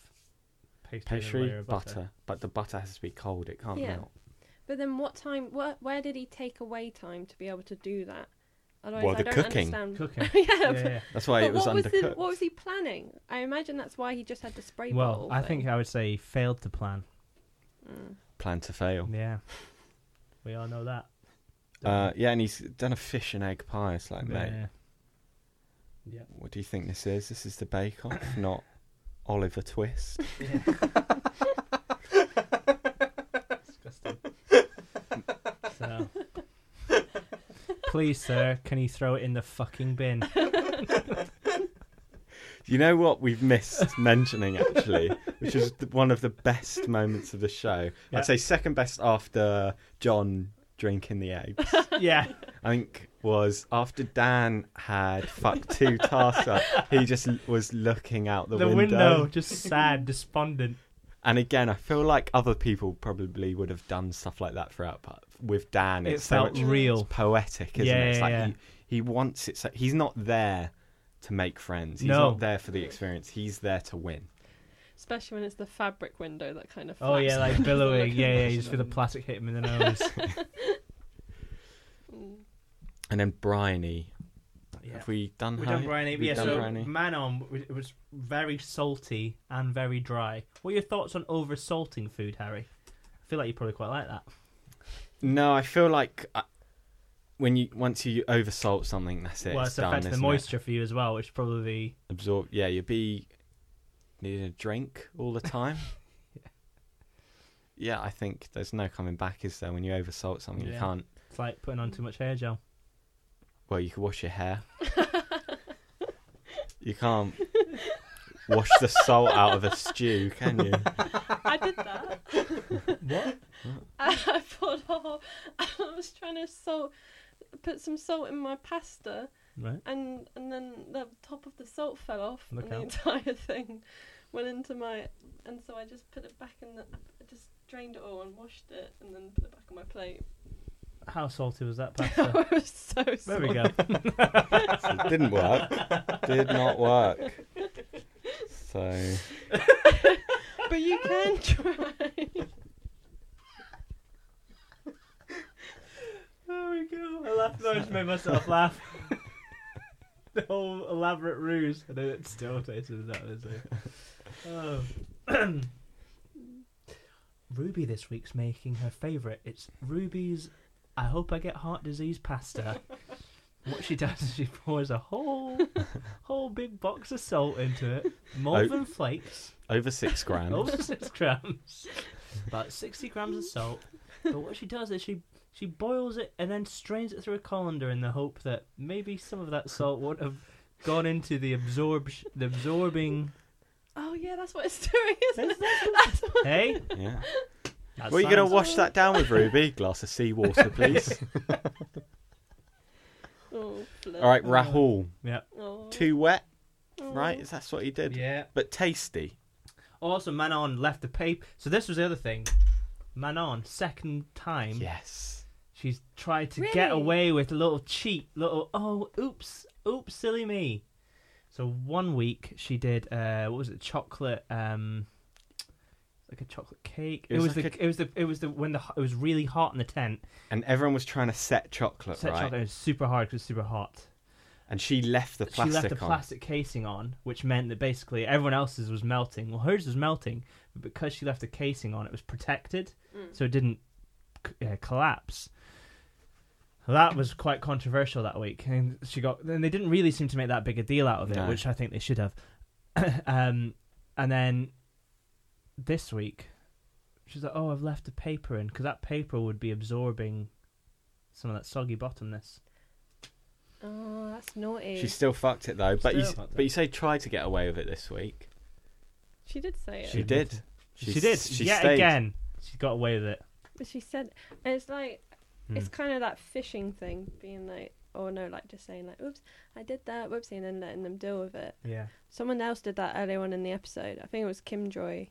pastry,
Pastry,
and a layer of
butter.
butter.
But the butter has to be cold. It can't
Yeah.
melt.
But then what time? What, where did he take away time to be able to do that? Otherwise,
Well,
I
the
don't
cooking.
understand.
Cooking.
yeah,
Yeah,
but,
yeah.
That's why
but
it was
what was the,
undercooked.
what was he planning? I imagine that's why he just had the spray
Well,
bottle.
I
thing.
think I would say he failed to plan.
Mm.
Plan to fail.
Yeah, we all know that.
Uh, yeah, and he's done a fish and egg pie. It's like, mate,
yeah. Yeah.
what do you think this is? This is the Bake Off, not Oliver Twist.
Disgusting. so, please, sir, can you throw it in the fucking bin?
You know what we've missed mentioning actually, which is th- one of the best moments of the show.
Yeah.
I'd say second best after John drinking the eggs.
yeah.
I think was after Dan had fucked two tasks up, he just l- was looking out the,
The, window. just sad, despondent.
And again, I feel like other people probably would have done stuff like that throughout, but with Dan,
It
it's so
felt
much
real.
it's poetic, isn't
Yeah,
it? It's
yeah,
like
yeah.
He, he wants it. So, he's not there to make friends. He's
No.
not there for the experience. He's there to win.
Especially when it's the fabric window that kind of.
Oh
flaps.
yeah, like billowing. Yeah, yeah. You just feel the plastic hit him in the nose.
Mm.
And then Bryony.
yeah.
Have we done
We
her?
done Bryony.
We've
Yeah,
done
so
Bryony.
Manon w- it was very salty and very dry. What are your thoughts on over salting food, Harry? I feel like you probably quite like that.
No, I feel like uh when you once you oversalt something, that's it.
well,
it's
it's
done,
affecting the
isn't it?
moisture for you as well, which probably
absorb. Yeah, you'd be needing a drink all the time. yeah. I think there's no coming back, is there? When you oversalt something, you
Yeah.
can't.
it's like putting on too much hair gel.
Well, you can wash your hair. you can't wash the salt out of a stew, can you?
I did that.
What?
I, I poured a whole. I was trying to salt, put some salt in my pasta,
Right.
and and then the top of the salt fell off,
Look
and
out.
the entire thing went into my. And so I just put it back in the. I just drained it all and washed it, and then put it back on my plate.
How salty was that pasta?
it was so.
There
salty.
we go.
So it didn't work. Did not work. So
But you can try.
There we go. I laughed. I just made myself laugh. the whole elaborate ruse, and then it still tasted exactly the same. Oh. Ruby this week's making her favourite. It's Ruby's. I hope I get heart disease pasta. what she does is she pours a whole, whole big box of salt into it, Malvern flakes.
over six grams.
Over six grams. About sixty grams of salt. But what she does is she she boils it and then strains it through a colander in the hope that maybe some of that salt would have gone into the absorb the absorbing.
Oh yeah, that's what it's doing, isn't it?
hey,
Yeah.
that
Well, you gonna
sounds-
wash that down with Ruby? Glass of seawater, please.
Oh, flip.
All right, Rahul.
Yeah.
Oh.
Too wet, right?
Oh.
Is That's what he did.
Yeah.
But tasty.
Also, Manon left the paper. So this was the other thing. Manon, second time,
Yes.
she's tried to
Really?
get away with a little cheat, little oh, oops, oops, silly me. So one week she did uh, what was it? Chocolate, um, like a chocolate cake. It,
It
was,
was like
the it was the it was the when the it was really hot in the tent.
And everyone was trying to set chocolate,
Set
right?
chocolate it was super hard because super hot.
And she left the
she
plastic
left the
on.
plastic casing on, which meant that basically everyone else's was melting. Well, hers was melting, but because she left the casing on, it was protected,
Mm.
so it didn't c- uh, collapse. That was quite controversial that week, and she got. And they didn't really seem to make that big a deal out of it,
No.
which I think they should have. um, and then this week, she's like, "Oh, I've left the paper in because that paper would be absorbing some of that soggy bottomness."
Oh, that's naughty.
She still fucked it though. But you,
Still.
but you say try to get away with it this week.
She did say it.
She did.
She,
s-
did.
She
Yet
stayed.
again, she got away with it.
But she said, and it's like,
Hmm.
it's kind of that fishing thing, being like, or no, like just saying like, oops, I did that, whoopsie, and then letting them deal with it.
Yeah.
Someone else did that earlier on in the episode. I think it was Kim Joy.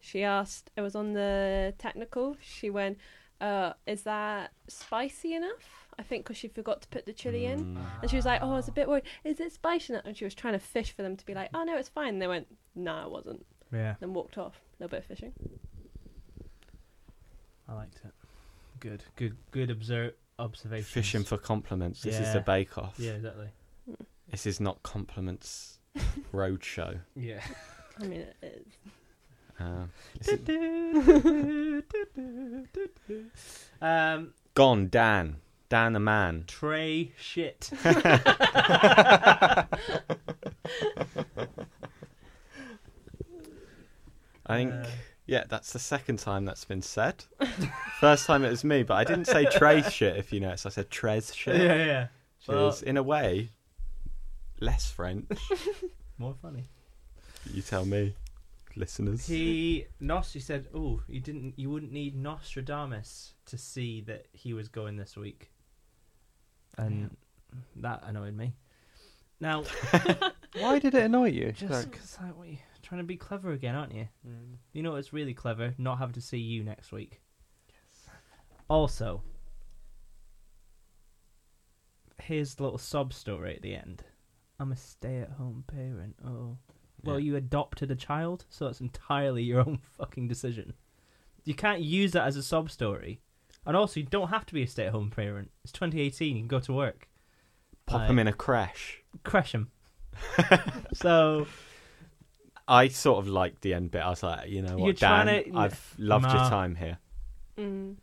She asked, it was on the technical. She went, uh, is that spicy enough? I think because she forgot to put the chili in.
Mm.
Ah,
And she was like, oh, I was a bit worried. Is it spicy enough? And she was trying to fish for them to be like, oh, no, it's fine. And they went, nah, it wasn't.
Yeah,
Then walked off. A little bit of fishing.
I liked it. Good, good, good observe observation.
Fishing for compliments. This is
Yeah.
the Bake Off.
Yeah, exactly.
This is not compliments roadshow.
Yeah.
I mean, it is.
Um, this is-
um,
gone, Dan. Dan the man.
Trey shit.
I think.
Uh,
Yeah, that's the second time that's been said. First time it was me, but I didn't say Trez shit. If you notice, I said Trez shit.
yeah, yeah.
Which is, in a way, less French.
More funny.
You tell me, listeners.
He Nos. He said, "Oh, you didn't. You wouldn't need Nostradamus to see that he was going this week," and that annoyed me. Now,
Why did it annoy you?
just
Like,
because like, we trying to be clever again, aren't you? You know what's really clever? Not having to see you next week. Also, here's the little sob story at the end. I'm a stay-at-home parent. Oh, well,
Yeah.
you adopted a child, so that's entirely your own fucking decision. You can't use that as a sob story, and also you don't have to be a stay-at-home parent. It's 2018. You can go to work.
Pop him in a crash.
Crash him. so
I sort of liked the end bit. I was like, you know
You're
what,
trying
Dan,
to-
I've loved
Nah.
your time here.
Mm.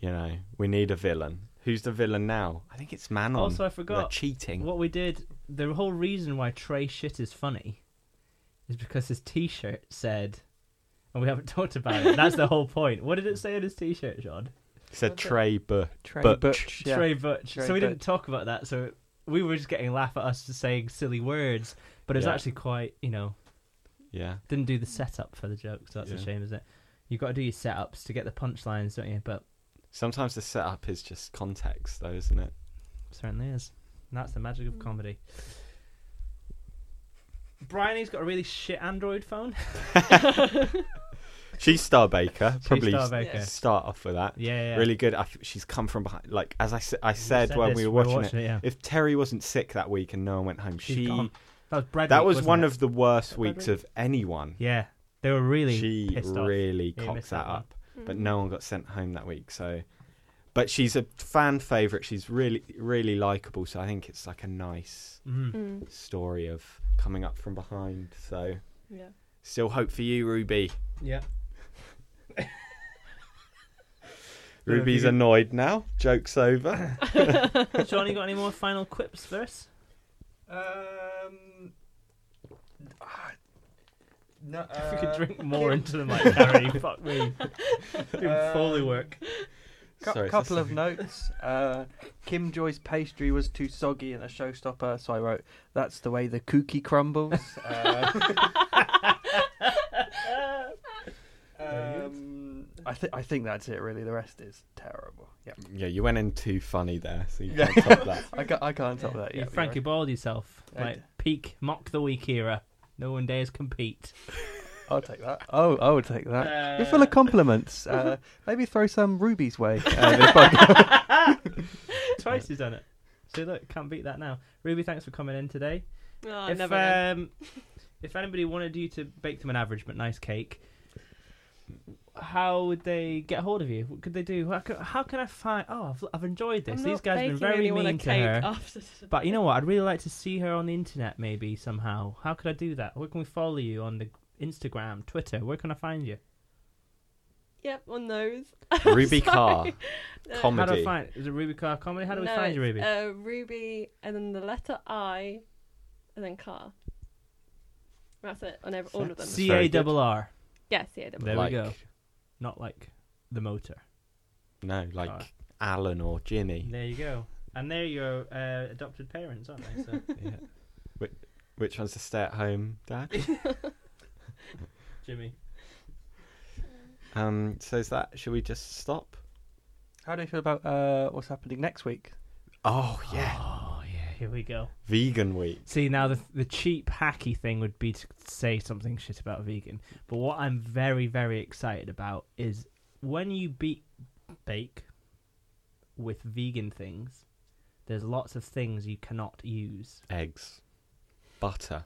You know, we need a villain. Who's the villain now? I think it's Manon.
Also, I
They're
forgot-
cheating.
What we did, the whole reason why Trey shit is funny is because his t shirt said, and we haven't talked about it, that's the whole point. What did it say on his t shirt, John?
He said Trey Butch.
Trey
Butch.
Butch. yeah.
Trey Butch.
Trey
so we didn't
Butch.
talk about that, so we were just getting laugh at us just saying silly words, but it's
Yeah.
actually quite, you know,
Yeah.
didn't do the setup for the joke, so that's a
Yeah.
shame, isn't it? You've got to do your setups to get the punchlines, don't you? But
Sometimes the setup is just context, though, isn't it?
certainly is. And that's the magic of comedy. Bryony's got a really shit Android phone.
She's Star Baker.
She's
Probably
Star
s-
Baker.
start off with that.
Yeah, yeah, yeah.
Really good. I f- she's come from behind. Like as I, s- I
You
said, when
this,
we were watching, it,
yeah.
if Terry wasn't sick that week and no one went home,
She's
she
gone. That was Bread
that
Week,
was
wasn't
one
it?
of the worst
Bread
weeks
Week?
of anyone.
Yeah, they were really
she
pissed off.
really
Yeah, you
cocked
missed
that
that one.
up. But no one got sent home that week. So, but she's a fan favorite. She's really really likable. So I think it's like a nice
Mm.
Mm.
story of coming up from behind. So
Yeah.
still hope for you, Ruby.
Yeah. Don't know if
Ruby's
you can-
annoyed now. Joke's over.
Sean, you got any more final quips for us?
Um, no, uh,
if we could drink more into the mic, Harry, fuck me. Doing Foley work.
Cou-
Sorry, it's
couple
the
of notes. Uh, Kim Joy's pastry was too soggy and a showstopper, so I wrote, "That's the way the cookie crumbles." Uh, um, I think I think that's it. Really, the rest is terrible. Yeah,
yeah, you went in too funny there, so you
Yeah.
can't top that.
I can't, I can't top that.
you
Yeah,
Frankie balled yourself.
I
Like
d-
peak mock the week era. No one dares compete.
I'll take that. Oh, I would take that. You're full
Uh,
of compliments. Uh, maybe throw some rubies way. Uh, this podcast.
Twice he's done it. So look, can't beat that now. Ruby, thanks for coming in today.
Oh,
if
never again.
um, if anybody wanted you to bake them an average but nice cake, how would they get hold of you? What could they do? How can, how can I find? Oh, I've, I've enjoyed this.
I'm
These
not
guys have been
baking
very
anyone a
mean to
cake Oh.
her.
After this.
But you know what? I'd really like to see her on the internet, maybe somehow. How could I do that? Where can we follow you on the Instagram, Twitter? Where can I find you?
Yep, on those.
Ruby Carr.
No.
Com-
How do I
Comedy.
find? Is it Ruby Car Comedy? How do we
No,
find you,
it's,
Ruby?
Uh, Ruby, and then the letter I, and then car. That's it on every, all of them.
That's
C A
very good.
double R.
yes, yeah, double.
There
Like-
we go. Not like the motor.
No, like
Alright.
Alan or Ginny.
There you go. And they're your uh, adopted parents, aren't they? So
Yeah. Which, which one's the stay-at-home dad?
Jimmy.
Um, so is that? Should we just stop?
How do you feel about uh, what's happening next week?
Oh yeah,
Oh yeah, here we go.
Vegan Week.
See now the the cheap hacky thing would be to say something shit about vegan. But what I'm very very excited about is when you beat bake with vegan things, there's lots of things you cannot use.
Eggs, butter,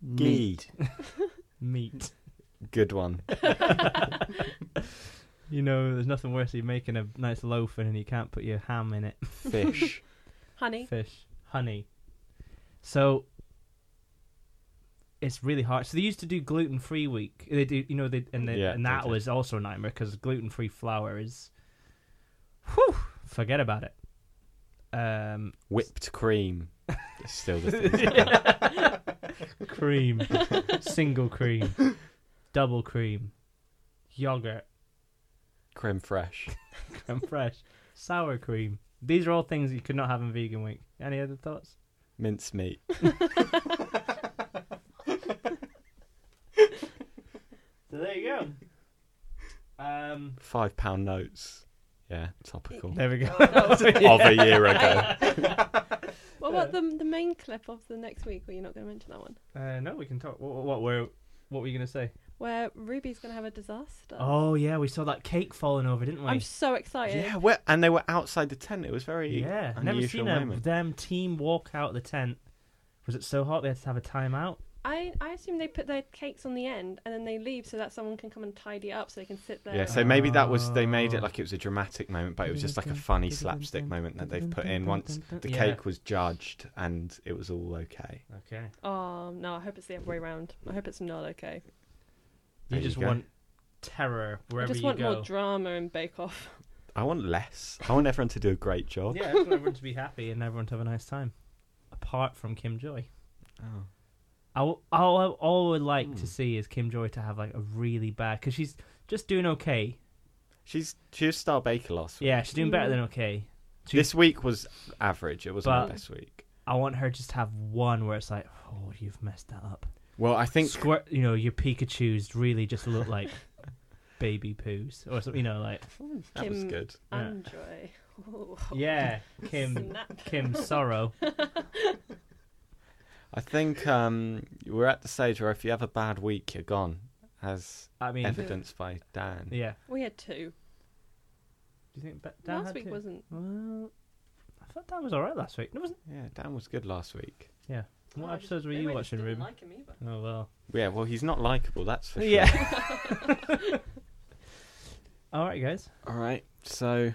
Me.
ghee.
Meat.
Good one.
You know, there's nothing worse than making a nice loaf and you can't put your ham in it.
Fish.
Honey.
fish, honey. So it's really hard. So they used to do gluten free week. They do, you know, they and, they,
Yeah,
and that
they did.
was also a nightmare because gluten free flour is, whew, forget about it. Um,
Whipped cream. It's still the thing.
cream, single cream, double cream, yogurt,
Creme fraiche.
creme fraiche, sour cream. These are all things you could not have in vegan week. Any other thoughts?
Mince meat.
So there you go. Um.
Five pound notes. Yeah, topical.
There we go.
of a year ago.
Well, what the the main clip of the next week? Were you not going to mention that one?
Uh, no, we can talk. What, what were what were you gonna say?
Where Ruby's going to have a disaster.
Oh yeah, we saw that cake falling over, didn't we?
I'm so excited.
Yeah, we and they were outside the tent. It was very
yeah, never
unusual
seen a
moment.
them team walk out the tent. Was it so hot they had to have a timeout?
I I assume they put their cakes on the end and then they leave so that someone can come and tidy it up so they can sit there.
Yeah, so maybe that was they made
Oh.
it like it was a dramatic moment, but it was just like a funny slapstick moment that they've put in once the
Yeah.
cake was judged and it was all okay.
Okay,
Oh no, I hope it's the other way around. I hope it's not okay.
you
There you
just
go.
want terror wherever
I just
you
want
go.
more drama and Bake Off.
I want less. I want everyone to do a great job.
yeah, I just want everyone to be happy and everyone to have a nice time, apart from Kim Joy.
Oh.
I w- all, I- all I would like
Hmm.
to see is Kim Joy to have like a really bad because she's just doing okay.
She's she was Star Baker last week.
Yeah, she's doing better
Mm.
than okay. she-
This week was average. It wasn't
But-
the best week.
I want her just to have one where it's like, oh, you've messed that up.
Well, I think
Squirt, you know, your Pikachu's really just look like baby poos or something. You know, like
that was
Kim-
good.
Yeah.
Andre. Ooh.
yeah, Kim,
Snap.
Kim Sorrow.
I think um, we're at the stage where if you have a bad week, you're gone, as
I mean,
evidenced by Dan.
yeah.
We had two.
Do you think that Dan
Last
had
week
to-
wasn't.
Well, I thought Dan was all right last week. No, wasn't.
Yeah, Dan was good last week.
What
Oh, I just-
episodes were
maybe
you
I just
watching,
didn't
Ruben?
like him either.
Oh well.
Yeah, well, he's not likable, that's for sure.
Yeah. all right, guys.
All right, so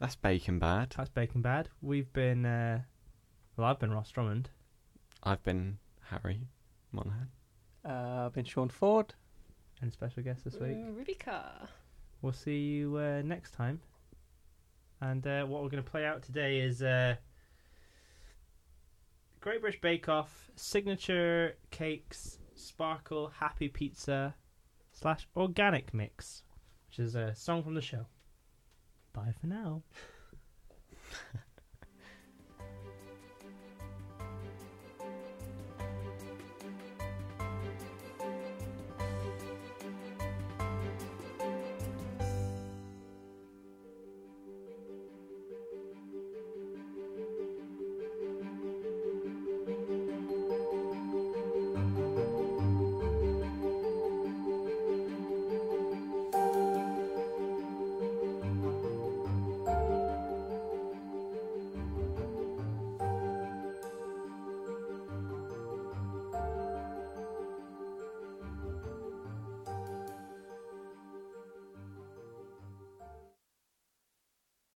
that's Bacon Bad.
That's Bacon Bad. We've been. Uh, well, I've been Ross Drummond.
I've been Harry Monahan.
Uh, I've been Sean Ford.
And special guest this week.
Mm, Ruby Carr.
We'll see you uh, next time. And uh, what we're going to play out today is uh, Great British Bake Off signature cakes, sparkle, happy pizza, slash organic mix, which is a song from the show. Bye for now.